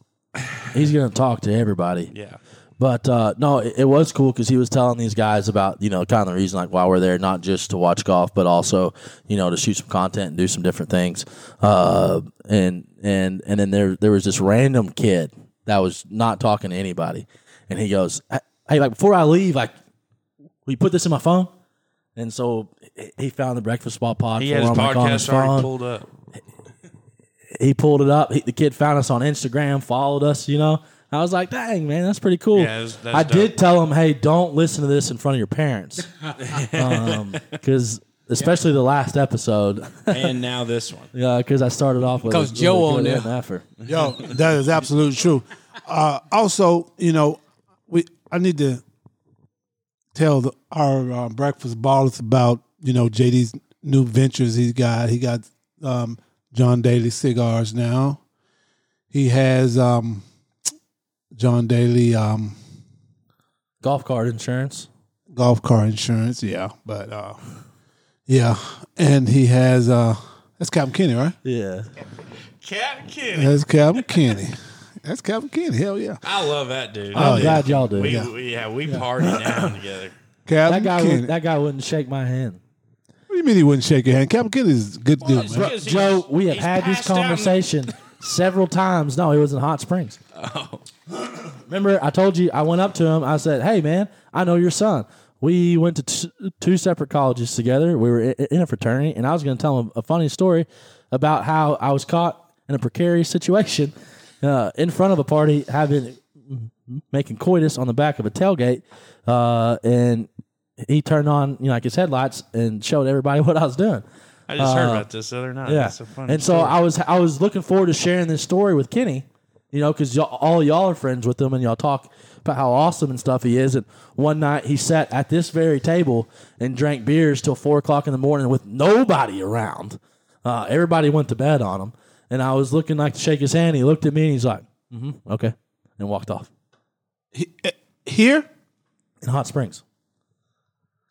he's going to talk to everybody.
Yeah,
But uh, no, it, it was cool because he was telling these guys about, you know, kind of the reason like why we're there, not just to watch golf, but also, you know, to shoot some content and do some different things. Uh, and and and then there there was this random kid that was not talking to anybody, and he goes, "Hey, like before I leave, like, will you put this in my phone?" And so he- he found the breakfast spot pod.
he
for
had his
him, like, on his
podcast already
phone
pulled up.
he pulled it up. He, the kid found us on Instagram, followed us. You know, I was like, dang man, that's pretty cool.
Yeah, that's- that's
I
dope.
did tell him, hey, don't listen to this in front of your parents, because especially the last episode,
and now this one.
because I started off with
Because
with
Joe
good
on there.
effort.
Yo, that is absolutely true. Uh, also, you know, we I need to tell the, our uh, breakfast ballers about you know JD's new ventures he's got. He got um, John Daly cigars now. He has um, John Daly um,
Golf cart insurance.
golf car insurance. Yeah, but uh, yeah, and he has uh, that's Captain Kenny, right?
Yeah,
Cap Kenny.
That's Captain Kenny. That's Captain Kenny. Hell yeah,
I love that dude.
I'm glad y'all do.
Oh, We, we- yeah, we party down together.
Captain
That guy,
Kenny.
would, that guy wouldn't shake my hand.
What do you mean he wouldn't shake your hand? Captain Kidd is a good dude,
it's
man.
because he's-
Joe, we have
he's
had this
passed out and-
conversation several times. No, he was in Hot Springs. Oh. Remember, I told you, I went up to him. I said, Hey, man, I know your son. We went to t- two separate colleges together. We were i- in a fraternity, and I was going to tell him a funny story about how I was caught in a precarious situation uh, in front of a party having making coitus on the back of a tailgate, uh, and he turned on you know like his headlights and showed everybody what I was doing.
I just heard about this the other night.
Uh, Yeah.
That's so funny.
and so I was I was looking forward to sharing this story with Kenny You know, because all y'all are friends with him, and y'all talk about how awesome and stuff he is. And one night he sat at this very table and drank beers till four o'clock in the morning with nobody around. Uh, everybody went to bed on him, and I was looking like to shake his hand. He looked at me and he's like, mm-hmm, "Okay," and walked off
Here,
in Hot Springs.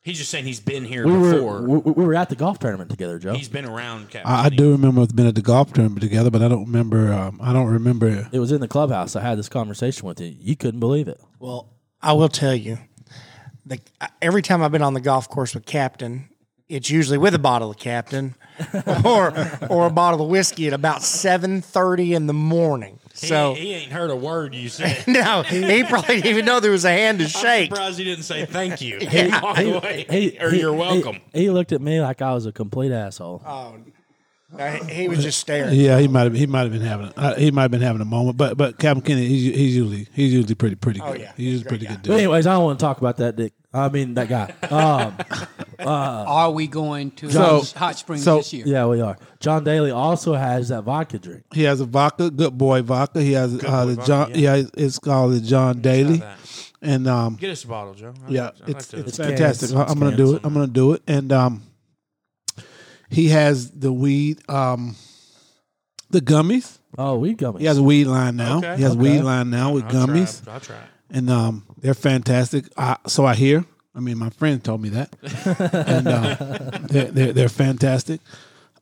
He's just saying he's been here
We
before.
were we, we were at the golf tournament together,
Oh.
Joe.
he's been around. Cap
Uh,
I, I do remember it's been at the golf tournament together, but I don't remember. Um, I don't remember.
It was in the clubhouse. I had this conversation with you. You couldn't believe it.
Well, I will tell you, the, every time I've been on the golf course with Captain, it's usually with a bottle of Captain or or a bottle of whiskey at about seven thirty in the morning.
He-
So
he, ain't heard a word you said.
no, he probably didn't even know there was a hand to shake.
Surprised he didn't say thank you. Walk
He-
away,
he-
or
he-
you're welcome.
He, he looked at me like I was a complete asshole.
Oh.
Uh, He was just staring.
Yeah, he might have. He might have been having. Uh, he might have been having a moment. But but Captain Kennedy, he's, he's usually he's usually pretty pretty good.
Oh, yeah.
He's usually pretty good
but
dude.
anyways, I don't want to talk about that dick. I mean that guy. Um,
Are we going to
So-
Hot Springs
so-
this year?
yeah, we are. John Daly also has that vodka drink.
He has a vodka, good boy vodka. He has uh, the John. Yeah. it's called the John Daly, and um,
Get us a bottle, Joe. I-
yeah,
I'd like
it's
to-
it's
It's
fantastic.
cans.
I- I'm gonna do it. I'm gonna do it. And um, he has the weed, um, the gummies.
Oh, weed gummies.
He has a weed line now.
Okay.
He has a
Okay.
weed line now with
I'll try it.
gummies,
I'll try. it.
and um, they're fantastic. I, so I hear. I mean, my friend told me that, and um, they're, they're they're fantastic.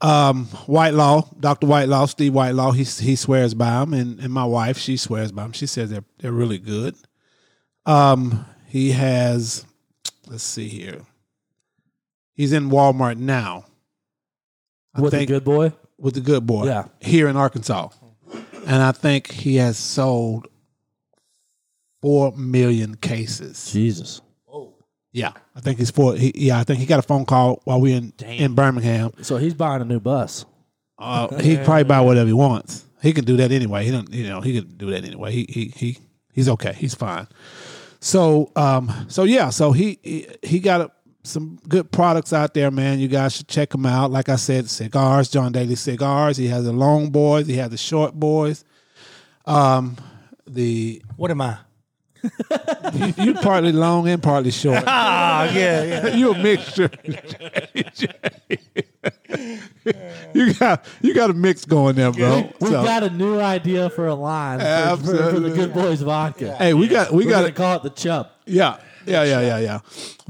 Um, Whitelaw, Doctor Whitelaw, Steve Whitelaw, he he swears by them, and, and my wife she swears by them. She says they're they're really good. Um, he has, let's see here. He's in Walmart now I
with a
think-
good boy.
with the good boy
Yeah.
here in Arkansas. And I think he has sold 4 million cases.
Jesus.
Yeah. I think he's four. He, yeah. I think he got a phone call while we in, in Birmingham.
So he's buying a new bus.
Uh, he can probably buy whatever he wants. He can do that anyway. He don't, you know, he can do that anyway. He, he, he, he's okay. He's fine. So, um, so yeah, so he, he, he got a, some good products out there, man. You guys should check him out. Like I said, cigars, John Daly cigars. He has the long boys. He has the short boys. Um, the
What am I?
you, you partly long and partly short.
Oh, yeah, yeah.
you a mixture. you got you got a mix going there, bro.
We
So-
got a new idea for a line for, for- for the
Absolutely.
good boys vodka.
Hey, we got we
We're
got
gonna
it.
call it the chub.
Yeah, yeah, yeah, yeah, yeah.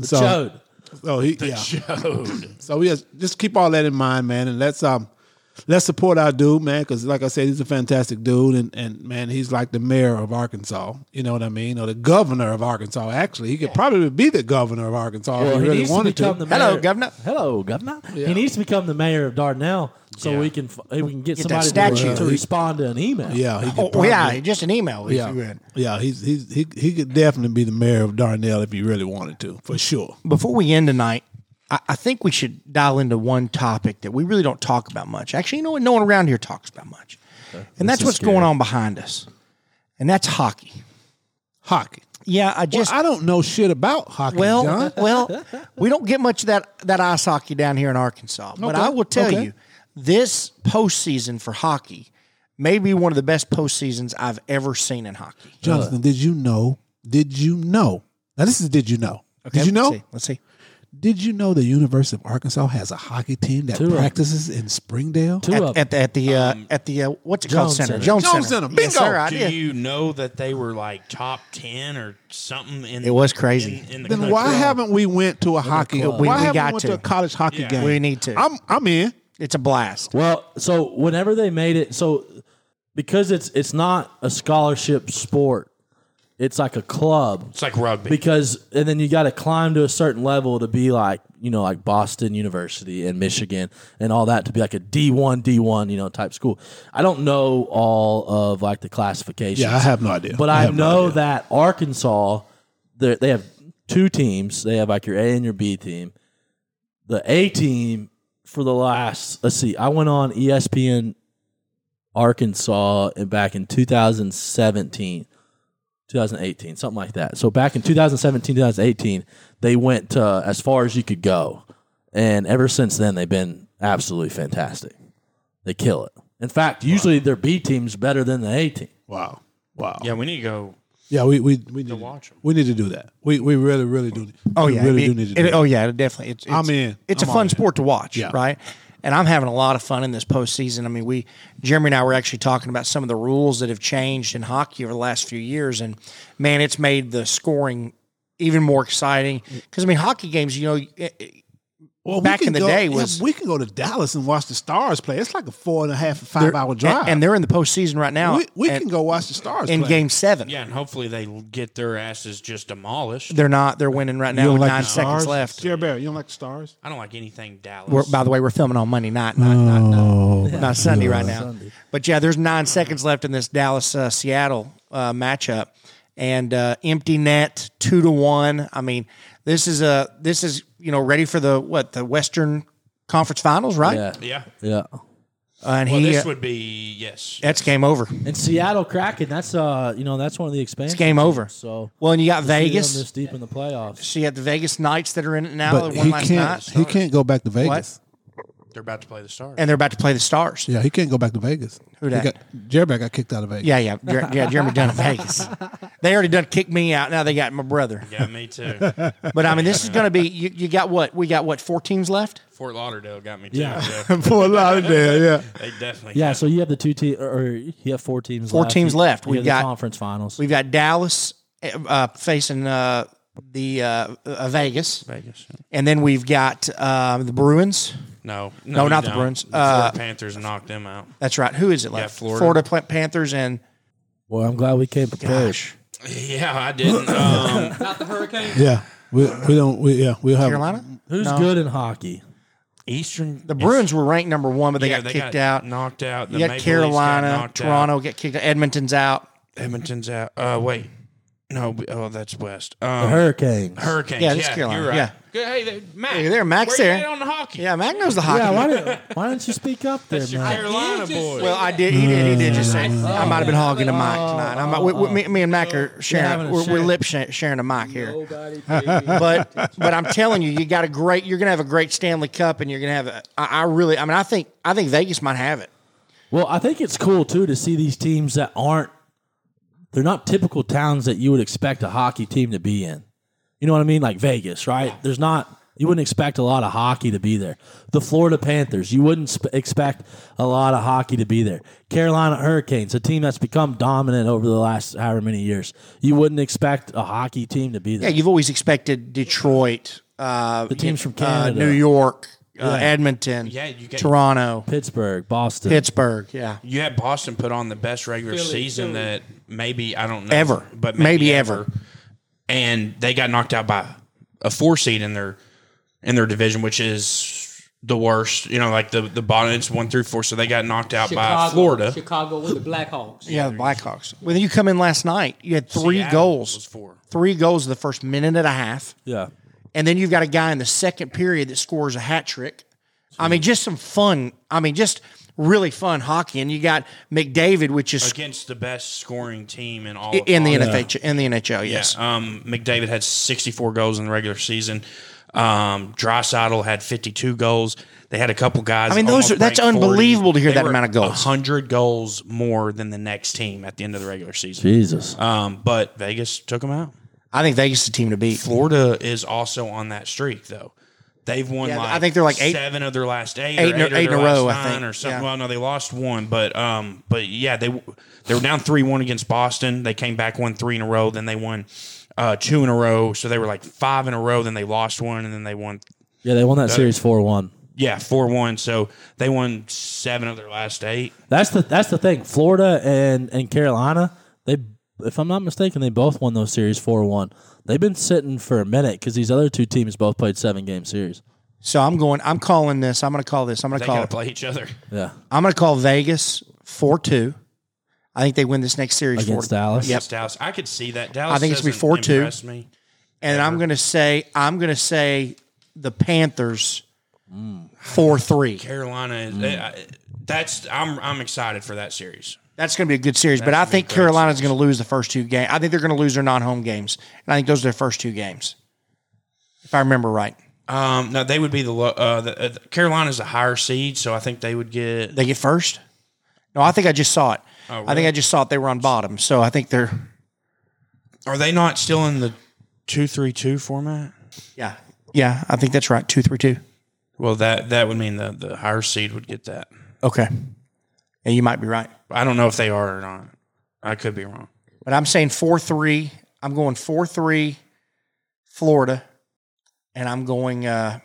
So,
Chode.
so he, yeah. So we just just keep all that in mind, man, and let's um let's support our dude, man, because like I said, he's a fantastic dude, and and man, he's like the mayor of Arkansas. You know what I mean, or the governor of Arkansas. Actually, he could probably be the governor of Arkansas if
Well,
he,
he
really
needs to
wanted
become
to.
the
Hello,
mayor-
governor.
Hello, governor. He needs to become the mayor of Darnell so we can f- we can get,
that
somebody
statue.
to, to respond to an email.
yeah, he could
Oh,
probably-
yeah, just an email.
Yeah, yeah, he's, he's he he could definitely be the mayor of Darnell if he really wanted to, for sure.
Before we end tonight, I, I think we should dial into one topic that we really don't talk about much. Actually, you know what? No one around here talks about much. And that's
is
what's
scary.
going on behind us. And that's hockey.
Hockey.
Yeah, I
Well,
just
I don't know shit about hockey,
well, uh,
John.
well, we don't get much of that that ice hockey down here in Arkansas. But
Okay,
I will tell
okay.
you, this postseason for hockey may be one of the best postseasons I've ever seen in hockey.
Jonathan, did you know? Did you know? Now this is did you know? did you know?
Let's see. Let's see.
Did you know the University of Arkansas has a hockey team that
of 'em.
practices in Springdale?
Two of
At,
'em.
at the at the uh, at the uh, what's it called
Jones
center?
Center.
Jones,
Jones Center.
Yes,
Bingo.
sir, I
Do
did.
you know that they were like top ten or something? In
It was crazy.
In, in the
Then
country?
why haven't we went to a hockey?
club. We-
why
we
haven't
got
went
to.
to a college hockey
Yeah.
game?
We need to.
I'm I'm in.
It's a blast.
Well, so whenever they made it, so because it's it's not a scholarship sport, it's like a club.
It's like rugby.
because and then you got to climb to a certain level to be like you know like Boston University and Michigan and all that to be like a D1 D1 you know type school. I don't know all of like the classifications.
Yeah, I have no idea.
But
I
I,
have no
know
idea.
that Arkansas they they have two teams. They have like your A and your B team. The A team for the last let's see. I went on E ESPN Arkansas and back in 2017. 2018, something like that. So back in 2017, 2018, they went uh, as far as you could go, and ever since then they've been absolutely fantastic. They kill it. In fact, usually their B team's better than the A team.
Wow. Wow.
Yeah, we need to go.
Yeah, we we we need to,
watch 'em.
We need to do that. We we really really do.
Oh
we
yeah,
really
it-
do need to.
it-
do that.
oh yeah, it definitely. It's, it's,
I'm in.
It's
I'm
a
all
fun
in.
sport to watch,
Yeah.
right? And I'm having a lot of fun in this postseason. I mean, we Jeremy and I were actually talking about some of the rules that have changed in hockey over the last few years, and man, it's made the scoring even more exciting. Because I mean, hockey games, you know, eh, it- it-
Well, we
back
can
in the
go-
day
yeah,
was-
we can go to Dallas and watch the Stars play. It's like a four and a half five hour drive,
and, and they're in the postseason right now.
we, we
and-
can go watch the Stars
in
play.
Game Seven.
Yeah, and hopefully they get their asses just demolished.
They're not. They're winning right
You
now.
don't
With
like
nine
the
seconds
Stars?
left.
Jerry Barry, you don't like the Stars?
I don't like anything Dallas.
We're, by the way, we're filming on Monday night, not, not,
Oh,
not, not Sunday right now. But yeah, there's nine seconds left in this Dallas uh, Seattle uh, matchup, and uh, empty net two to one. I mean, this is a this is you know ready for the what the Western Conference Finals, right?
Yeah.
yeah.
Yeah.
Uh, and
Well,
he
this
uh,
would be yes.
that's game over.
And Seattle Kraken, that's uh, you know, that's one of the expansions.
It's game over.
So
Well, and you got
see them
Vegas.
this deep in the playoffs.
So you got the Vegas Knights that are in it now.
But
that won
he
last
can't.
night,
He can't go back to Vegas.
They're about to play the Stars.
and they're about to play the Stars.
Yeah, he can't go back to Vegas. Who
dat?
Jerry Barry got kicked out of Vegas.
Yeah, yeah, Jer- yeah. Jeremy Dunn in Vegas. They already done kicked me out. Now they got my brother.
yeah, me too.
But I mean, this is going to be. You, you got what? We got what? Four teams left.
Fort Lauderdale got me too.
Yeah.
Yeah.
Fort Lauderdale. Yeah,
they definitely.
Yeah, so you have the two teams, or or you have four teams.
Four
left.
teams
You-
left.
you
We've
have
got-
the conference finals.
We've got Dallas uh, uh, facing uh, the uh, uh, Vegas,
Vegas. yeah.
and then we've got um, the Bruins.
No,
No,
you
not the
don't.
Bruins.
The
Uh,
Florida Panthers knocked them out.
That's right. Who is it left?
Florida.
Pla- Panthers and
well, I'm glad we came prepared.
Yeah, I didn't. Um,
Not the hurricane.
yeah. We we don't. We, yeah, we'll have
Carolina.
Who's good in hockey?
Eastern.
The Bruins were ranked number one, but they
yeah,
got kicked out.
knocked out. The
you got
Maple Leafs got
Carolina,
knocked out.
Toronto get kicked out. Edmonton's out.
Edmonton's out. Uh, wait, no. Oh, that's West.
The
Um,
Hurricanes.
Hurricanes. Yeah,
Yeah, that's Carolina,
You're right.
yeah.
Good. Hey, there, Mac.
Hey, there, Mac's
where you
there.
at on the hockey.
Yeah, Mac knows the hockey.
yeah, why didn't why didn't you speak up there, man?
Carolina
You just
boys.
Well, I did. He did. He
Mm.
did just say. I might have been hogging a mic tonight. I'm, uh, we, we, me, me and Mac are sharing.
Oh. having a
we're, we're
share.
lip sha- sharing a mic here.
Nobody
But but I'm telling you, you got a great. You're gonna have a great Stanley Cup, and you're gonna have. A, I, I really. I mean, I think I think Vegas might have it.
Well, I think it's cool too to see these teams that aren't they're not typical towns that you would expect a hockey team to be in. You know what I mean? Like Vegas, right? There's not you wouldn't expect a lot of hockey to be there. The Florida Panthers, you wouldn't sp- expect a lot of hockey to be there. Carolina Hurricanes, a team that's become dominant over the last however many years, you wouldn't expect a hockey team to be
Yeah,
there.
you've always expected Detroit, uh,
the teams from
uh,
Canada,
New York, uh, Edmonton,
Yeah, you get-
Toronto,
Pittsburgh, Boston,
Pittsburgh. Yeah,
you had Boston put on the best regular season that maybe I don't know
Ever.
but
Maybe
maybe,
ever.
ever. and they got knocked out by a four seed in their in their division, which is the worst. You know, like the the bottom it's one through four, so they got knocked out by Florida.
Chicago with the Blackhawks.
yeah, the Blackhawks. Well, then you come in last night. You had three
Seattle was
goals.
four.
Three goals in the first minute and a half.
yeah.
and then you've got a guy in the second period that scores a hat trick. I mean, just some fun. I mean, just really fun hockey. And you got McDavid, which is
against the best scoring team in all of
in the
hockey.
NFH, in the NHL. Yes,
Um, McDavid had 64 goals in the regular season. Um, Drysaddle had 52 goals. They had a couple guys.
I mean, those
almost
are- that's
break 40.
unbelievable to hear
They
that
were
amount of goals.
100 goals more than the next team at the end of the regular season.
Jesus.
Um, but Vegas took them out.
I think Vegas is the team to beat.
Florida is also on that streak, though. They've won
Yeah,
like
I think they're like eight-
seven of their last eight,
eight
eight,
in a-
or
eight
eight
in
of
a
their last
row, I
nine
think.
or
Yeah.
something. Well, no, they lost one, but um, but yeah, they they were down three one against Boston. They came back, won three in a row, then they won uh, two in a row. So they were like five in a row. Then they lost one, and then they won
Yeah, they won that series 4-1.
yeah four one. So they won seven of their last eight.
That's the that's the thing. Florida and and Carolina, they if I'm not mistaken, they both won those series four one. They've been sitting for a minute because these other two teams both played seven game series.
So I'm going. I'm calling this. I'm going to call this. I'm going to
They
call.
gotta play each other.
Yeah,
I'm going to call Vegas four two. I think they win this next series
against
4-2.
Dallas.
Yep.
It's Dallas. I could see that. Dallas.
I think it's gonna be
doesn't
4-2.
impress Me.
And I'm going to say. I'm going to say the Panthers
Mm.
four three.
Carolina. Is, eh, I- that's I'm I'm excited for that series.
That's going to be a good series, but I
That's gonna be
think
a great
Carolina's going to lose the first two games. I think they're going to lose their non-home games, and I think those are their first two games, if I remember right.
Um, no, they would be the, lo- uh, the uh, Carolina's a higher seed, so I think they would get.
They get first. No, I think I just saw it.
Oh,
I think I just saw it. They were on bottom, so I think they're
Are they not still in the two three two format?
yeah, yeah. I think that's right. Two three two.
Well, that that would mean the the higher seed would get that.
Okay, yeah, you might be right.
I don't know if they are or not. I could be wrong.
But I'm saying four three. I'm going four three, Florida, and I'm going uh,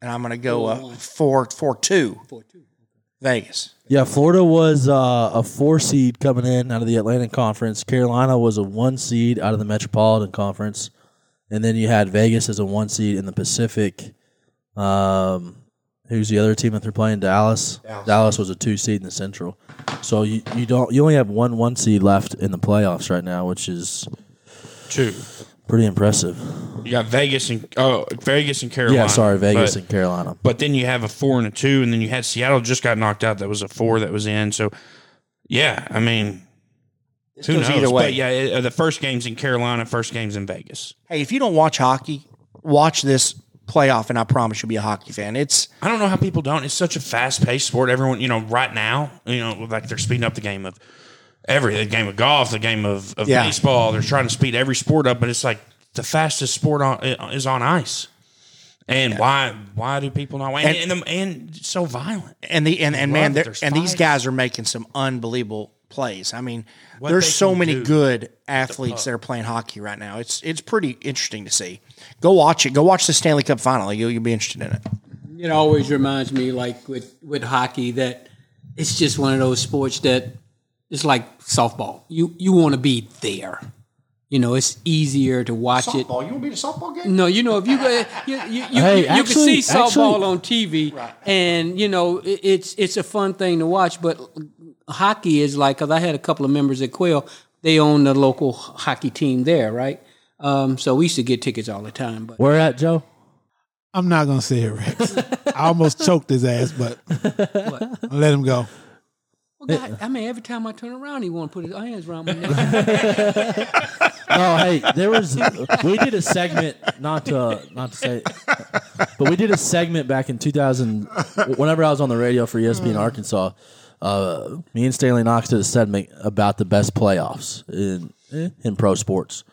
and I'm going to go uh, four four two. Vegas.
Yeah, Florida was uh, a four seed coming in out of the Atlantic Conference. Carolina was a one seed out of the Metropolitan Conference, and then you had Vegas as a one seed in the Pacific. Um, who's the other team that they're playing? Dallas. Dallas, was a two seed in the Central. So you, you don't you only have one one seed left in the playoffs right now, which is
Two.
pretty impressive.
You got Vegas and oh Vegas and Carolina.
yeah, sorry, Vegas
But-
and Carolina.
But then you have a four and a two, and then you had Seattle just got knocked out. That was a four that was in. So, yeah, I mean, who
goes
knows?
either way.
But yeah, it, uh, the first game's in Carolina, first game's in Vegas.
Hey, if you don't watch hockey, watch this playoff, and I promise you'll be a hockey fan. It's
I don't know how people don't. It's such a fast paced sport. Everyone, you know, right now, you know, like they're speeding up the game of every the game of golf, the game of, of
Yeah.
baseball. They're trying to speed every sport up, but it's like the fastest sport on, is on ice. And why why do people not? And and, the, and it's so violent.
and the and, and
Love
man,
it.
they're-
There's
and these
fights.
guys are making some unbelievable plays. I mean,
What
there's
they
so
can
many
do.
good athletes that are playing hockey right now. It's it's pretty interesting to see. Go watch it. Go watch the Stanley Cup final. You'll you'll be interested in it.
it always reminds me like with with hockey that it's just one of those sports that it's like softball you you want to be there you know it's easier to watch it
You want to be at a softball game?
no you know if you go you you, you,
Hey,
you, you can
actually-
see softball
actually-
on tv and you know it, it's it's a fun thing to watch but hockey is like because i had a couple of members at quail they own the local hockey team there right um, so we used to get tickets all the time but
Where at, Joe?
I'm not gonna say it, Rex. I almost choked his ass, but I let him go.
well,
Uh-uh.
God, i mean every time i turn around he want to put his hands around my neck
Oh, hey, there was we did a segment not to not to say, but we did a segment back in 2000. Whenever I was on the radio for E ESPN Arkansas, uh, me and Stanley Knox did a segment about the best playoffs in in pro sports,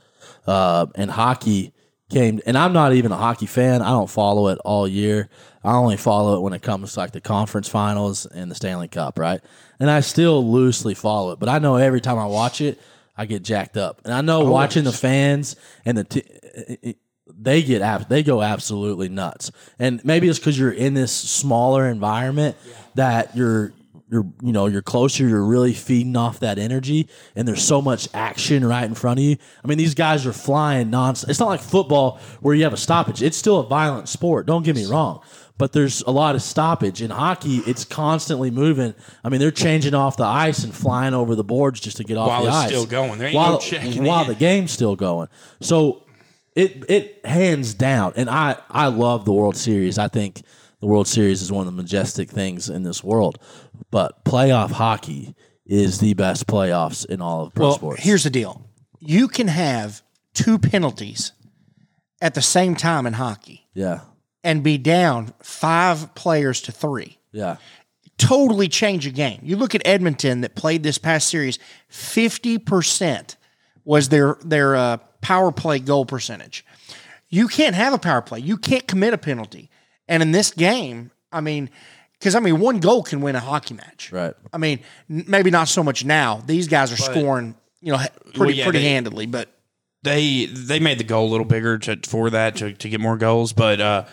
uh, and hockey came. And I'm not even a hockey fan. I don't follow it all year. I only follow it when it comes to like the conference finals and the Stanley Cup, right? And I still loosely follow it, but I know every time I watch it. I get jacked up, and I know watching the fans and the t- they get ab- they go absolutely nuts. And maybe it's because you're in this smaller environment that you're you're you know you're closer. You're really feeding off that energy, and there's so much action right in front of you. I mean, these guys are flying non. It's not like football where you have a stoppage. It's still a violent sport. Don't get me wrong. But there's a lot of stoppage in hockey. It's constantly moving. I mean, they're changing off the ice and flying over the boards just to get off
While
the
it's
ice.
still going. There ain't
while,
no checking
while
in.
the game's still going. So it it hands down, and I I love the World Series. I think the World Series is one of the majestic things in this world. But playoff hockey is the best playoffs in all of pro
Well,
sports.
here's the deal: you can have two penalties at the same time in hockey
yeah,
and be down five players to three.
yeah,
totally change a game. You look at Edmonton that played this past series, fifty percent was their their uh, power play goal percentage. You can't have a power play. You can't commit a penalty. And in this game, I mean, because I mean, one goal can win a hockey match.
right.
I mean, n- maybe not so much now. These guys are scoring, you know, ha- pretty
yeah,
pretty
they-
handedly. But
they they made the goal a little bigger to, for that to, to get more goals. But uh,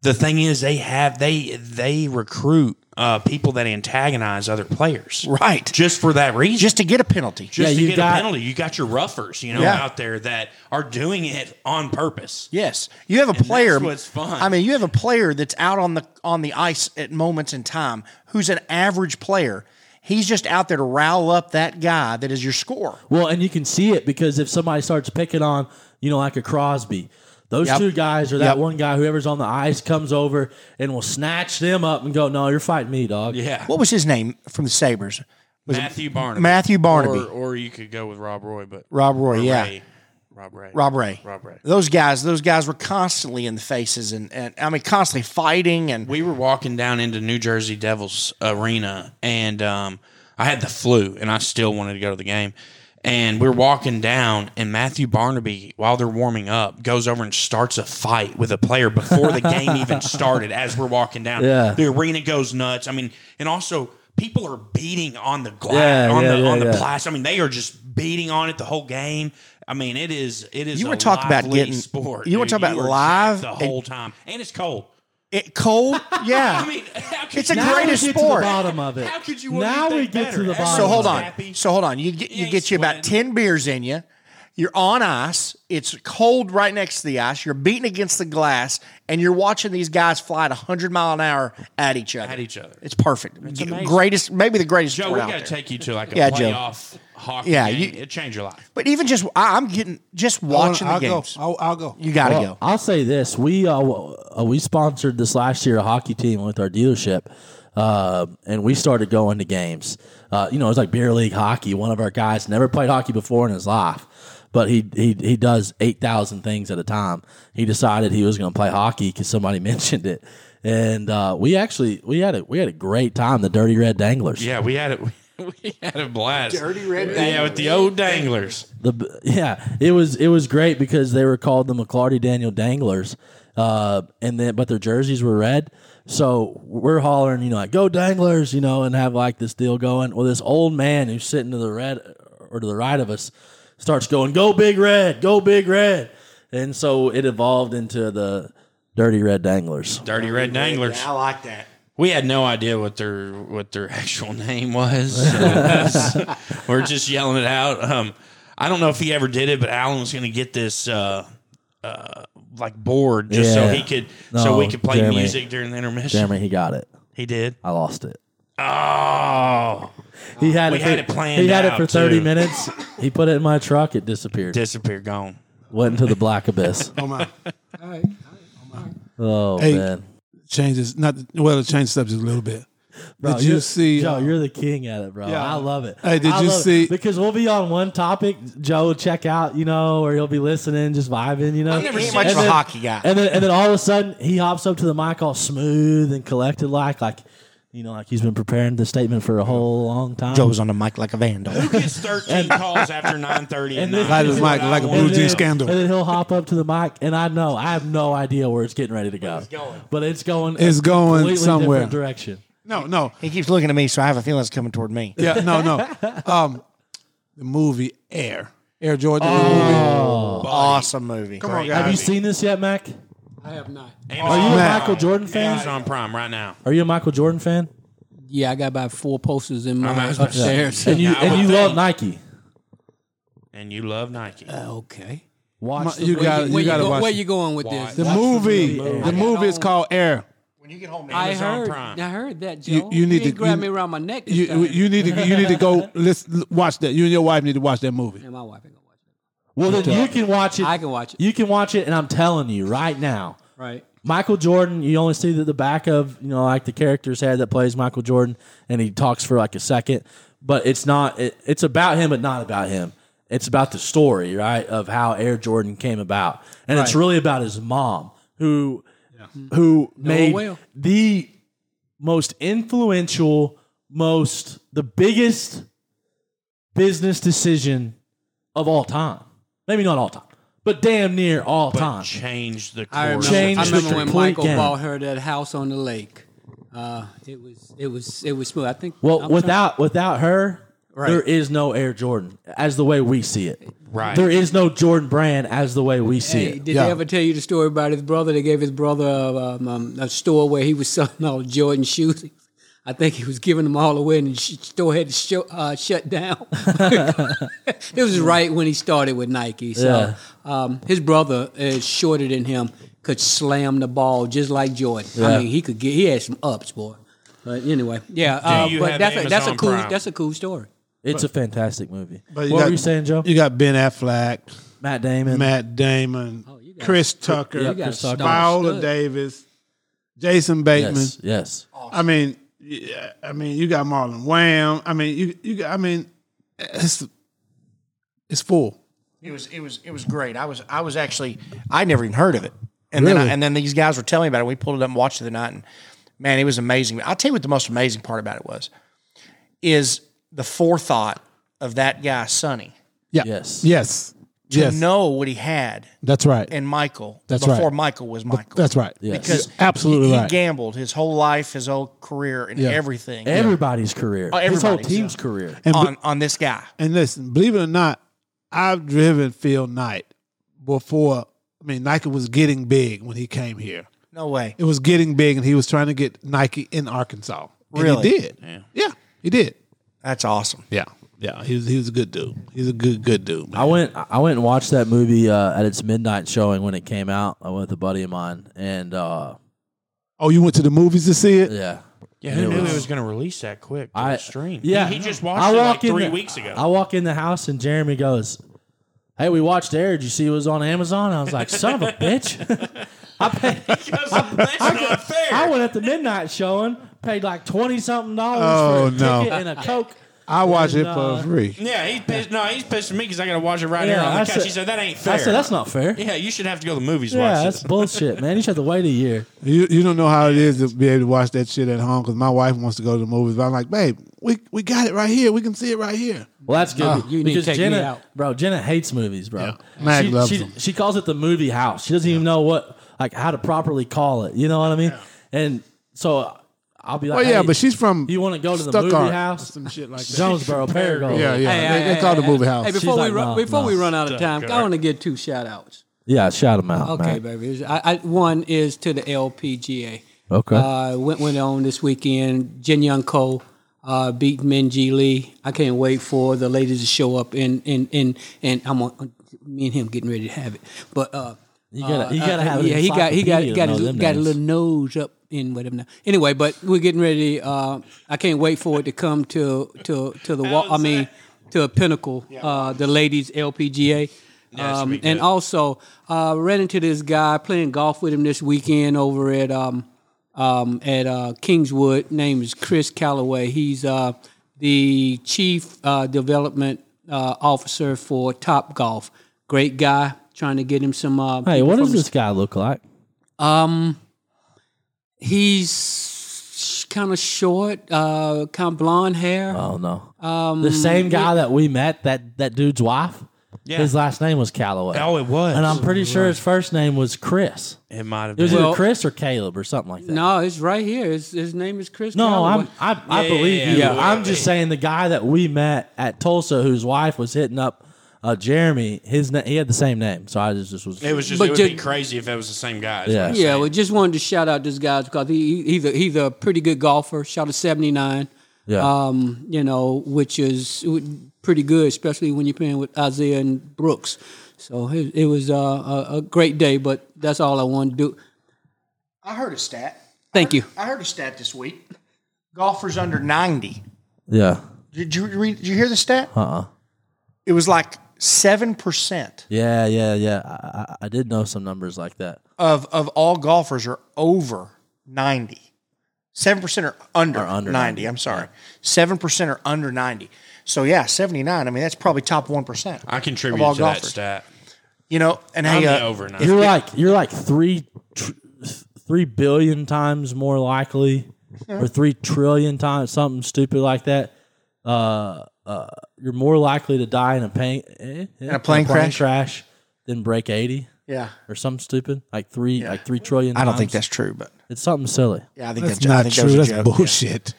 the thing is, they have they they recruit uh, people that antagonize other players,
Right.
Just for that reason,
just to get a penalty,
just
Yeah,
to
you
get
got-
a penalty. You got your roughers, you know,
Yeah.
out there that are doing it on purpose.
Yes, you have a player.
that's what's fun.
I mean, you have a player that's out on the on the ice at moments in time who's an average player. He's just out there to rile up that guy that is your scorer.
Well, and you can see it because if somebody starts picking on, you know, like a Crosby, those
Yep.
two guys or that
Yep.
one guy, whoever's on the ice, comes over and will snatch them up and go, "No, you're fighting me, dog."
Yeah,
What was his name from the Sabers?
Matthew Barnaby,
Matthew Barnaby.
or, or you could go with Rob Roy, but
Rob Roy,
or
yeah.
Ray. Rob Ray,
Rob Ray.
Rob Ray.
Those guys, those guys were constantly in the faces, and, and I mean, constantly fighting. And
we were walking down into New Jersey Devils arena, and um, I had the flu and I still wanted to go to the game. And we're walking down, and Matthew Barnaby, while they're warming up, goes over and starts a fight with a player before the game even started. As we're walking down,
Yeah.
the arena goes nuts. I mean, and also people are beating on the glass,
Yeah,
on
yeah,
the
yeah,
on the
yeah.
plastic. I mean, they are just beating on it the whole game. I mean, it is it is.
You
a
were talking about
lively
getting-
sport.
you were
dude.
talking about
are
live
jacked the
and-
whole time, and it's cold.
It cold, yeah.
I mean, how could
It's a
you-
Now we
greatest
get to the
sport.
bottom of it.
How could you want
Now we
anything
get to
better?
the bottom.
so hold on.
Happy.
So hold on. You get
You
you
ain't
get you about
sweating.
ten beers in you. You're on ice. It's cold right next to the ice. You're beating against the glass, and you're watching these guys fly at 100 mile an hour at each other.
At each other.
It's perfect.
amazing.
greatest, maybe the greatest
Joe,
sport
we
out
got to
there.
take you to like a
Yeah, Joe.
playoff hockey
Yeah,
game.
you-
It changed your life.
but even just, I, I'm getting just
I wanna-
watching
I'll
the
go.
games.
I'll, I'll go.
You got to
Well,
go.
I'll say this: we uh, w- uh, we sponsored this last year a hockey team with our dealership, uh, and we started going to games. Uh, you know, it's like beer league hockey. One of our guys never played hockey before in his life, but he he he does eight thousand things at a time. He decided he was going to play hockey because somebody mentioned it, and uh, we actually we had a we had a great time. The Dirty Red Danglers.
Yeah, we had it. We had a blast.
Dirty Red
Yeah, with the old danglers.
The yeah, it was it was great because they were called the McClarty Daniel Danglers, uh, and then but their jerseys were red. So we're hollering, you know, like go Danglers, you know, and have like this deal going. Well, this old man who's sitting to the red or to the right of us starts going, "Go Big Red, go Big Red," and so it evolved into the Dirty Red Danglers.
Dirty Red Danglers.
Oh, I like that.
We had no idea what their what their actual name was. So we're just yelling it out. Um, I don't know if he ever did it, but Alan was going to get this uh, uh, like board just
Yeah.
so he could
No,
so we could play
Jeremy.
music during the intermission.
Jeremy, he got it.
He did.
I lost it.
Oh,
He had
We
it.
had
for-
it planned
He had it
out,
for thirty
too.
minutes. He put it in my truck. It disappeared.
disappeared, gone.
Went into the black abyss.
Oh my.
Oh
Hey,
man.
Changes not well. To change the subject a little bit.
Bro,
did you
you're-
see?
Joe?
uh,
You're the king at it, bro.
Yeah.
I love it.
Hey, did
I
you
love it.
see-
Because we'll be on one topic. Joe will check out, you know, or he'll be listening, just vibing, you know.
I've never seen much of a hockey guy.
And then, and then all of a sudden, he hops up to the mic all smooth and collected, like, like, you know, like he's been preparing the statement for a whole long time.
Joe was on the mic like a vandal.
Who gets thirteen calls after nine thirty at
And this-
night?
Like a mic, like a blue
And
jean
then-
scandal.
And then he'll hop up to the mic, and I know I have no idea where it's getting ready to go. But it's going.
It's
a
going
completely different
somewhere.
direction.
No, no.
He keeps looking at me, so I have a feeling it's coming toward me.
Yeah, no, no. Um, the movie Air. Air Jordan. the
Awesome movie.
movie. Come on,
Have you
guys.
seen this yet, Mac?
I have not.
Amazon
Are you a
Prime.
Michael Jordan fan?
Amazon Prime right now.
Are you a Michael Jordan fan?
Yeah, I got about four posters in
I'm
my
out.
upstairs.
And you
Yeah, I
and
would
you
think.
love Nike.
And you love Nike.
okay.
Watch
My-
the
you got.
where
You got to
go-
watch
where
it.
you going with
Why?
the
this?
movie. The movie is called Air.
When you get home,
I
Amazon
heard.
Prime.
I heard that, Joe.
You- you need
didn't
to-
grab
you-
me around my neck. This
You
time.
you need to you need to go. Let's watch that. You and your wife need to watch that movie.
And my wife ain't gonna watch it.
Well, then you can watch it.
I can watch it.
You can watch it, and I'm telling you right now,
Right.
Michael Jordan. You only see the, the back of you know like the character's head that plays Michael Jordan, and he talks for like a second, but it's not. It, it's about him, but not about him. It's about the story, right, of how Air Jordan came about, and it's really about his mom who who made
well.
the most influential, most the biggest business decision of all time. Maybe not all time, but damn near all
But
time.
changed the
I
course.
remember,
of
Change
I
the
remember when
complete
Michael
game.
bought her that house on the lake. Uh, it was it was it was smooth. I think.
Well,
I'm
without without her,
Right.
there is no Air Jordan as the way we see it.
Right.
There is no Jordan brand as the way we see
Hey,
it.
did
Yeah.
they ever tell you the story about his brother? They gave his brother uh, um, um, a store where he was selling all Jordan shoes. I think he was giving them all away, and the sh- store had to sh- uh, shut down. it was right when he started with Nike. So
Yeah.
um, his brother is shorter than him, could slam the ball just like Jordan.
Yeah.
I mean, he could get. He had some ups, boy. But anyway, yeah. Uh,
you
but
have
that's a, that's a
Amazon
cool
Prime?
that's a cool story.
It's a fantastic movie.
But
what
got-
were you saying, Joe?
You got Ben Affleck,
Matt Damon.
Matt Damon,
you got-
Chris Tucker,
Yeah,
got
Chris
star
Tucker.
Viola
stud.
Davis, Jason Bateman.
Yes, yes.
I mean, yeah, I mean, you got Marlon Wham. I mean, you you got. I mean, it's it's full.
It was it was it was great. I was I was actually I never even heard of it, and then
Really?
I, and then these guys were telling me about it. We pulled it up and watched it the night, and man, it was amazing. I'll tell you what the most amazing part about it was, is the forethought of that guy, Sonny,
Yeah.
Yes.
Yes.
to
Yes.
know what he had
That's right.
in Michael
That's
before
right.
Michael was Michael.
That's right.
Yes.
Because
You're absolutely
he, he
right.
gambled his whole life, his whole career, and
Yeah.
everything
Everybody's career. His whole
everybody's,
team's career.
And,
on, on this guy.
and listen, believe it or not, I've driven Phil Knight before. I mean, Nike was getting big when he came here.
No way.
It was getting big, and he was trying to get Nike in Arkansas. And
Really?
he did. Yeah. he did.
That's awesome.
Yeah, yeah. He was he was a good dude. He's a good good dude. man.
I went. I went and watched that movie uh, at its midnight showing when it came out. I went with a buddy of mine, and uh,
Oh, you went to the movies to see it?
yeah,
Yeah, who
It
knew
was-
he was going to release that quick to
I
the stream?
Yeah,
he, he just watched
I
it
walk
like
in
three
the-
weeks ago.
I walk in the house and Jeremy goes, "Hey, we watched Air. Did you see it was on Amazon?" I was like, "Son of a bitch!" I paid.
That's not fair.
I went at the midnight showing, paid like twenty something dollars
Oh,
for a
no.
ticket and a coke.
I watched
And,
it
uh,
for free.
yeah, he's pissed. No, he's pissed at me because I got to watch it right here on
I
the couch.
said-
he said that ain't fair.
I said that's not fair.
yeah, you should have to go to the movies. to
Yeah,
watch
that's
this.
bullshit, man. You should have to wait a year.
You you don't know how it is to be able to watch that shit at home because my wife wants to go to the movies, but I'm like, babe, we we got it right here. We can see it right here.
Well, that's good.
you need to
Ah, because
take me
Jenna,
out.
bro. Jenna hates movies, bro.
Yeah. Mag
she,
loves
she,
them.
She calls it the movie house. She doesn't even know what, like, how to properly call it. You know what I mean? And so I'll be like,
Oh yeah,
hey,
but she's from
You want to go to the movie
Stuckart,
house?
some shit like that.
Jonesboro, Paragold.
Yeah, yeah.
Hey,
they
hey,
they call the
hey,
movie
hey,
house.
Hey, before
She's
we
like,
run,
"No,
before
no."
we run out of time, I want to give two shout outs.
Yeah, shout them out.
Okay,
man.
baby. It's- I, I, one is to the LPGA.
Okay.
Uh, went went on this weekend. Jin Young Ko uh, beat Minji Lee. I can't wait for the ladies to show up and and and and I'm on, me and him getting ready to have it. But uh,
You gotta- you gotta
uh,
have an
yeah. He got he got
encyclopedia
got
to know
his,
them
got a
names.
little nose up in whatever. Now. Anyway, but we're getting ready. Uh, I can't wait for it to come to to to the wall. I mean, to a pinnacle. Uh, the ladies LPGA. Um, and also, uh, ran into this guy playing golf with him this weekend over at um, um, at uh, Kingswood. Name is Chris Calloway. He's uh, the chief uh, development uh, officer for Top Golf. Great guy. Trying to get him some. Uh,
Hey,
people
what
from
does
the
this guy look like?
um, he's kind of short, uh, kind of blonde hair.
Oh no,
Um,
the same guy that we met that that dude's wife.
Yeah.
His last name was Calloway.
Oh, it was.
and I'm pretty sure his first name was Chris.
it might have
It was
been.
either
Well-
Chris or Caleb or something like that.
no, it's right here. His, his name is Chris.
No,
Calloway.
I'm, I, I
Yeah,
believe
yeah,
you.
yeah,
I'm
yeah.
just saying the guy that we met at Tulsa, whose wife was hitting up uh, Jeremy, his na- he had the same name. So I just, just was.
It was just.
But
It would
ju-
be crazy if it was the same guy.
Yeah.
Yeah.
Yeah, we just wanted to shout out this guy because he, he he's, a, he's a pretty good golfer. Shot a seventy nine.
Yeah.
Um, you know, which is pretty good, especially when you're playing with Isaiah and Brooks. So it, it was uh, a, a great day, but that's all I wanted to do.
I heard a stat.
Thank you.
I heard a stat this week. Golfers under 90.
yeah.
Did you, read, did you hear the stat?
Uh. uh
It was like 7%
Yeah. Yeah. Yeah. I, I, I did know some numbers like that.
of, of all golfers are over 90. 7% are under,
Are under
90, I'm sorry. 7% are under 90. So, yeah, 79. I mean, that's probably top 1%.
I
contribute
contributed to that stat.
You know, and
I'm
hey,
the
uh,
over now.
You're like you're like three tr- three billion times more likely, or three trillion times something stupid like that. Uh, uh, you're more likely to die in a plane eh, in
a plane crash?
crash than break eighty.
yeah.
or something stupid, like three, like three trillion.
I don't
times.
think that's true, but
it's something silly.
yeah, I think
That's
that- I
not
think that was
true.
a
That's
joke.
bullshit.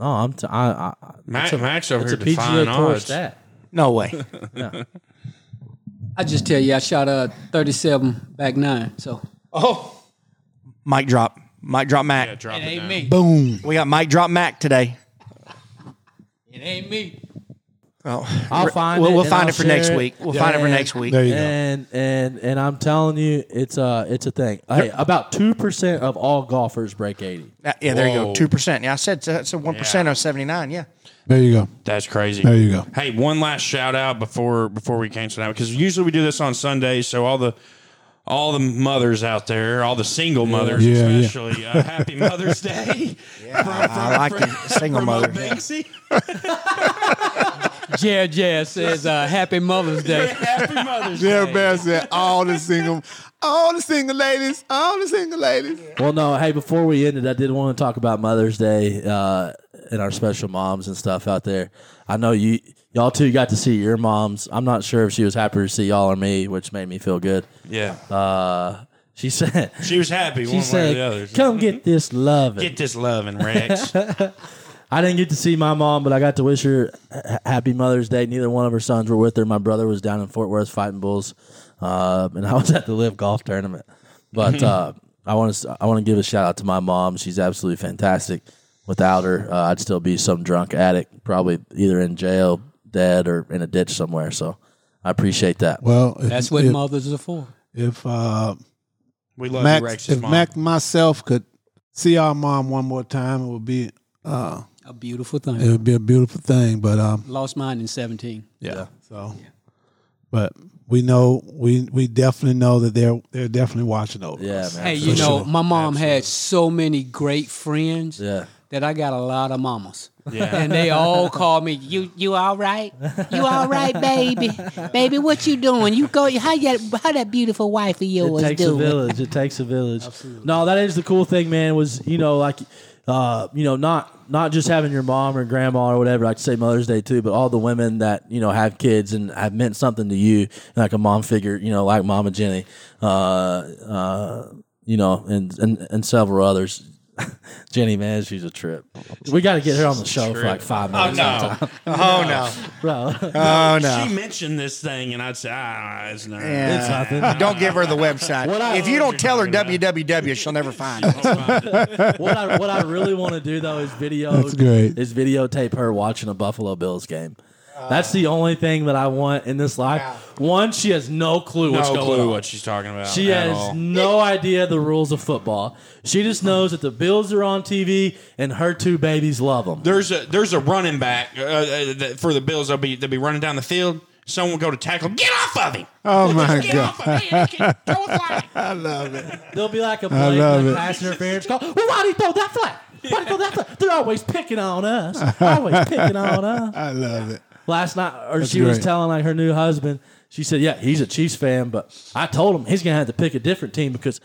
No, I'm. T- I, I, I-
Ma-
it's a-
Max over
it's
here
a PGA
defying
tour
odds.
stat.
No way.
I just tell you, I shot a thirty seven back nine. So
Oh, mic drop. Mic drop Mac.
Yeah, drop it, down.
me.
Boom.
We got mic drop Mac today.
It ain't me.
Oh,
I'll find
we'll,
it.
we'll
and
find
I'll
it for next
share
week. We'll find it for
And-
next week.
There you go.
And and and I'm telling you, it's a it's a thing. Hey, about two percent of all golfers break eighty.
Uh, Yeah, there you go.
Whoa.
Two percent. Yeah, I said that's a one percent of seventy nine. Yeah,
There you go.
That's crazy.
There you go.
Hey, one last shout out before before we cancel out because usually we do this on Sundays. So all the all the mothers out there, all the single mothers
Yeah, yeah.
especially, Uh, happy Mother's Day. yeah,
I like the single mother.
Yeah, yeah. Says uh, Happy Mother's Day.
Happy Mother's
Jerry
Day.
Bear said, "All the single, all the single ladies, all the single ladies."
Well, no. Hey, before we ended, I did want to talk about Mother's Day. Uh, and our special moms and stuff out there. I know you y'all two got to see your moms. I'm not sure if she was happier to see y'all or me, which made me feel good.
Yeah.
Uh, she said
she was happy
she
one way or the other.
said, "Come get this love."
Get this loving, Rex.
I didn't get to see my mom, but I got to wish her h- happy Mother's Day. Neither one of her sons were with her. My brother was down in Fort Worth fighting bulls, uh, and I was at the Live Golf Tournament. But uh, I want to I want to give a shout out to my mom. She's absolutely fantastic. Without her, uh, I'd still be some drunk addict, probably either in jail, dead, or in a ditch somewhere. So I appreciate that.
Well, if,
That's what
if,
mothers are for.
if uh,
We love you,
Mac,
Rex's
if
mom.
Mac myself could see our mom one more time, it would be uh,
A beautiful thing.
it would be a beautiful thing. But um,
Lost mine in 17.
yeah. So, but we know we we definitely know that they're they're definitely watching over.
Yeah,
us.
man.
Hey, you
For
know,
sure.
my mom had so many great friends
Yeah.
that I got a lot of mamas.
Yeah.
And they all call me, "You, you all right? You all right, baby? Baby, what you doing? You go? How you, how that beautiful wife of yours
it takes a
doing?"
village. It takes a village. No, that is the cool thing, man. Was you know like, uh, you know not not just having your mom or grandma or whatever. I'd say Mother's Day too, but all the women that you know have kids and have meant something to you, like a mom figure, you know, like Mama Jenny, uh, uh, you know, and and and several others. Jenny, man, she's a trip. We got to get her on the show for like five
Oh,
minutes,
no.
Oh no!
bro.
Oh no!
She mentioned this thing, and I'd say, ah, it's not.
Yeah.
It's nothing.
Don't give her the website.
I-
if you don't tell her www, she'll never find it.
what I what I really want to do though is video.
That's great.
Is videotape her watching a Buffalo Bills game. That's the only thing that I want in this life. One, she has no clue what's
no
going
clue
on.
what she's talking about.
She
at
has
all.
no idea the rules of football. She just knows that the Bills are on TV and her two babies love them.
There's a there's a running back uh, uh, that- for the Bills. They'll be they'll be running down the field. Someone will go to tackle. him. Get off of him!
Oh my
Get
God!
off of him! Get- Throw a flag.
I love it.
There'll be like a play,
love
like
it.
pass interference call. Well, why'd he throw that flag? Why'd he throw that flag? They're always picking on us. Always picking on us.
I love it.
last night, or she was
great.
telling like her new husband. She said, "Yeah, he's a Chiefs fan, but I told him he's gonna have to pick a different team because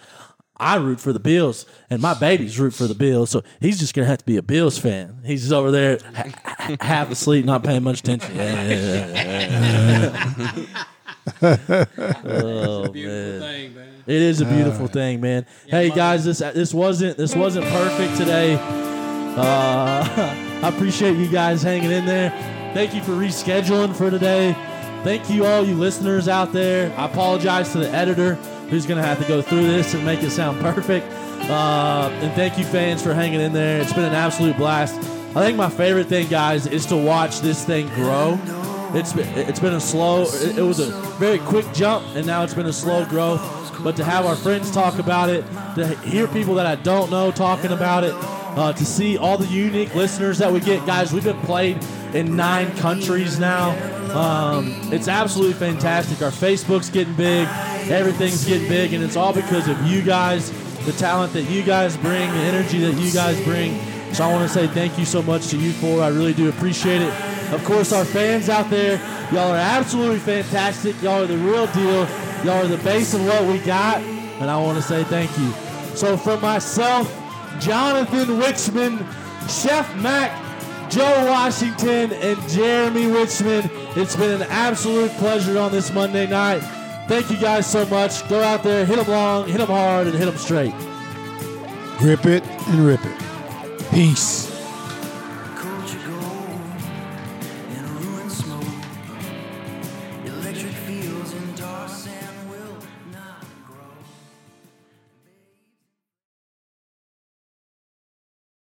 I root for the Bills and my babies root for the Bills, so he's just gonna have to be a Bills fan. He's just over there ha- ha- half asleep, not paying much attention. Yeah, yeah, yeah, yeah. oh man.
Thing, man.
It is a beautiful thing, man. hey guys, this this wasn't this wasn't perfect today. Uh, I appreciate you guys hanging in there. Thank you for rescheduling for today. Thank you all you listeners out there. I apologize to the editor who's gonna have to go through this and make it sound perfect. Uh, and thank you fans for hanging in there. It's been an absolute blast. I think my favorite thing, guys, is to watch this thing grow. It's been, it's been a slow, it, it was a very quick jump, and now it's been a slow growth. But to have our friends talk about it, to hear people that I don't know talking about it, uh, to see all the unique listeners that we get, guys, we've been played in nine countries now. Um, it's absolutely fantastic. Our Facebook's getting big, everything's getting big, and it's all because of you guys, the talent that you guys bring, the energy that you guys bring. So I want to say thank you so much to you four. I really do appreciate it. Of course, our fans out there, y'all are absolutely fantastic. Y'all are the real deal. Y'all are the base of what we got. And I want to say thank you. So for myself, Jonathan Wichman, Chef Mac, Joe Washington and Jeremy Richmond. It's been an absolute pleasure on this Monday night. Thank you guys so much. Go out there, hit them long, hit them hard, and hit them straight.
Grip it and rip it. Peace.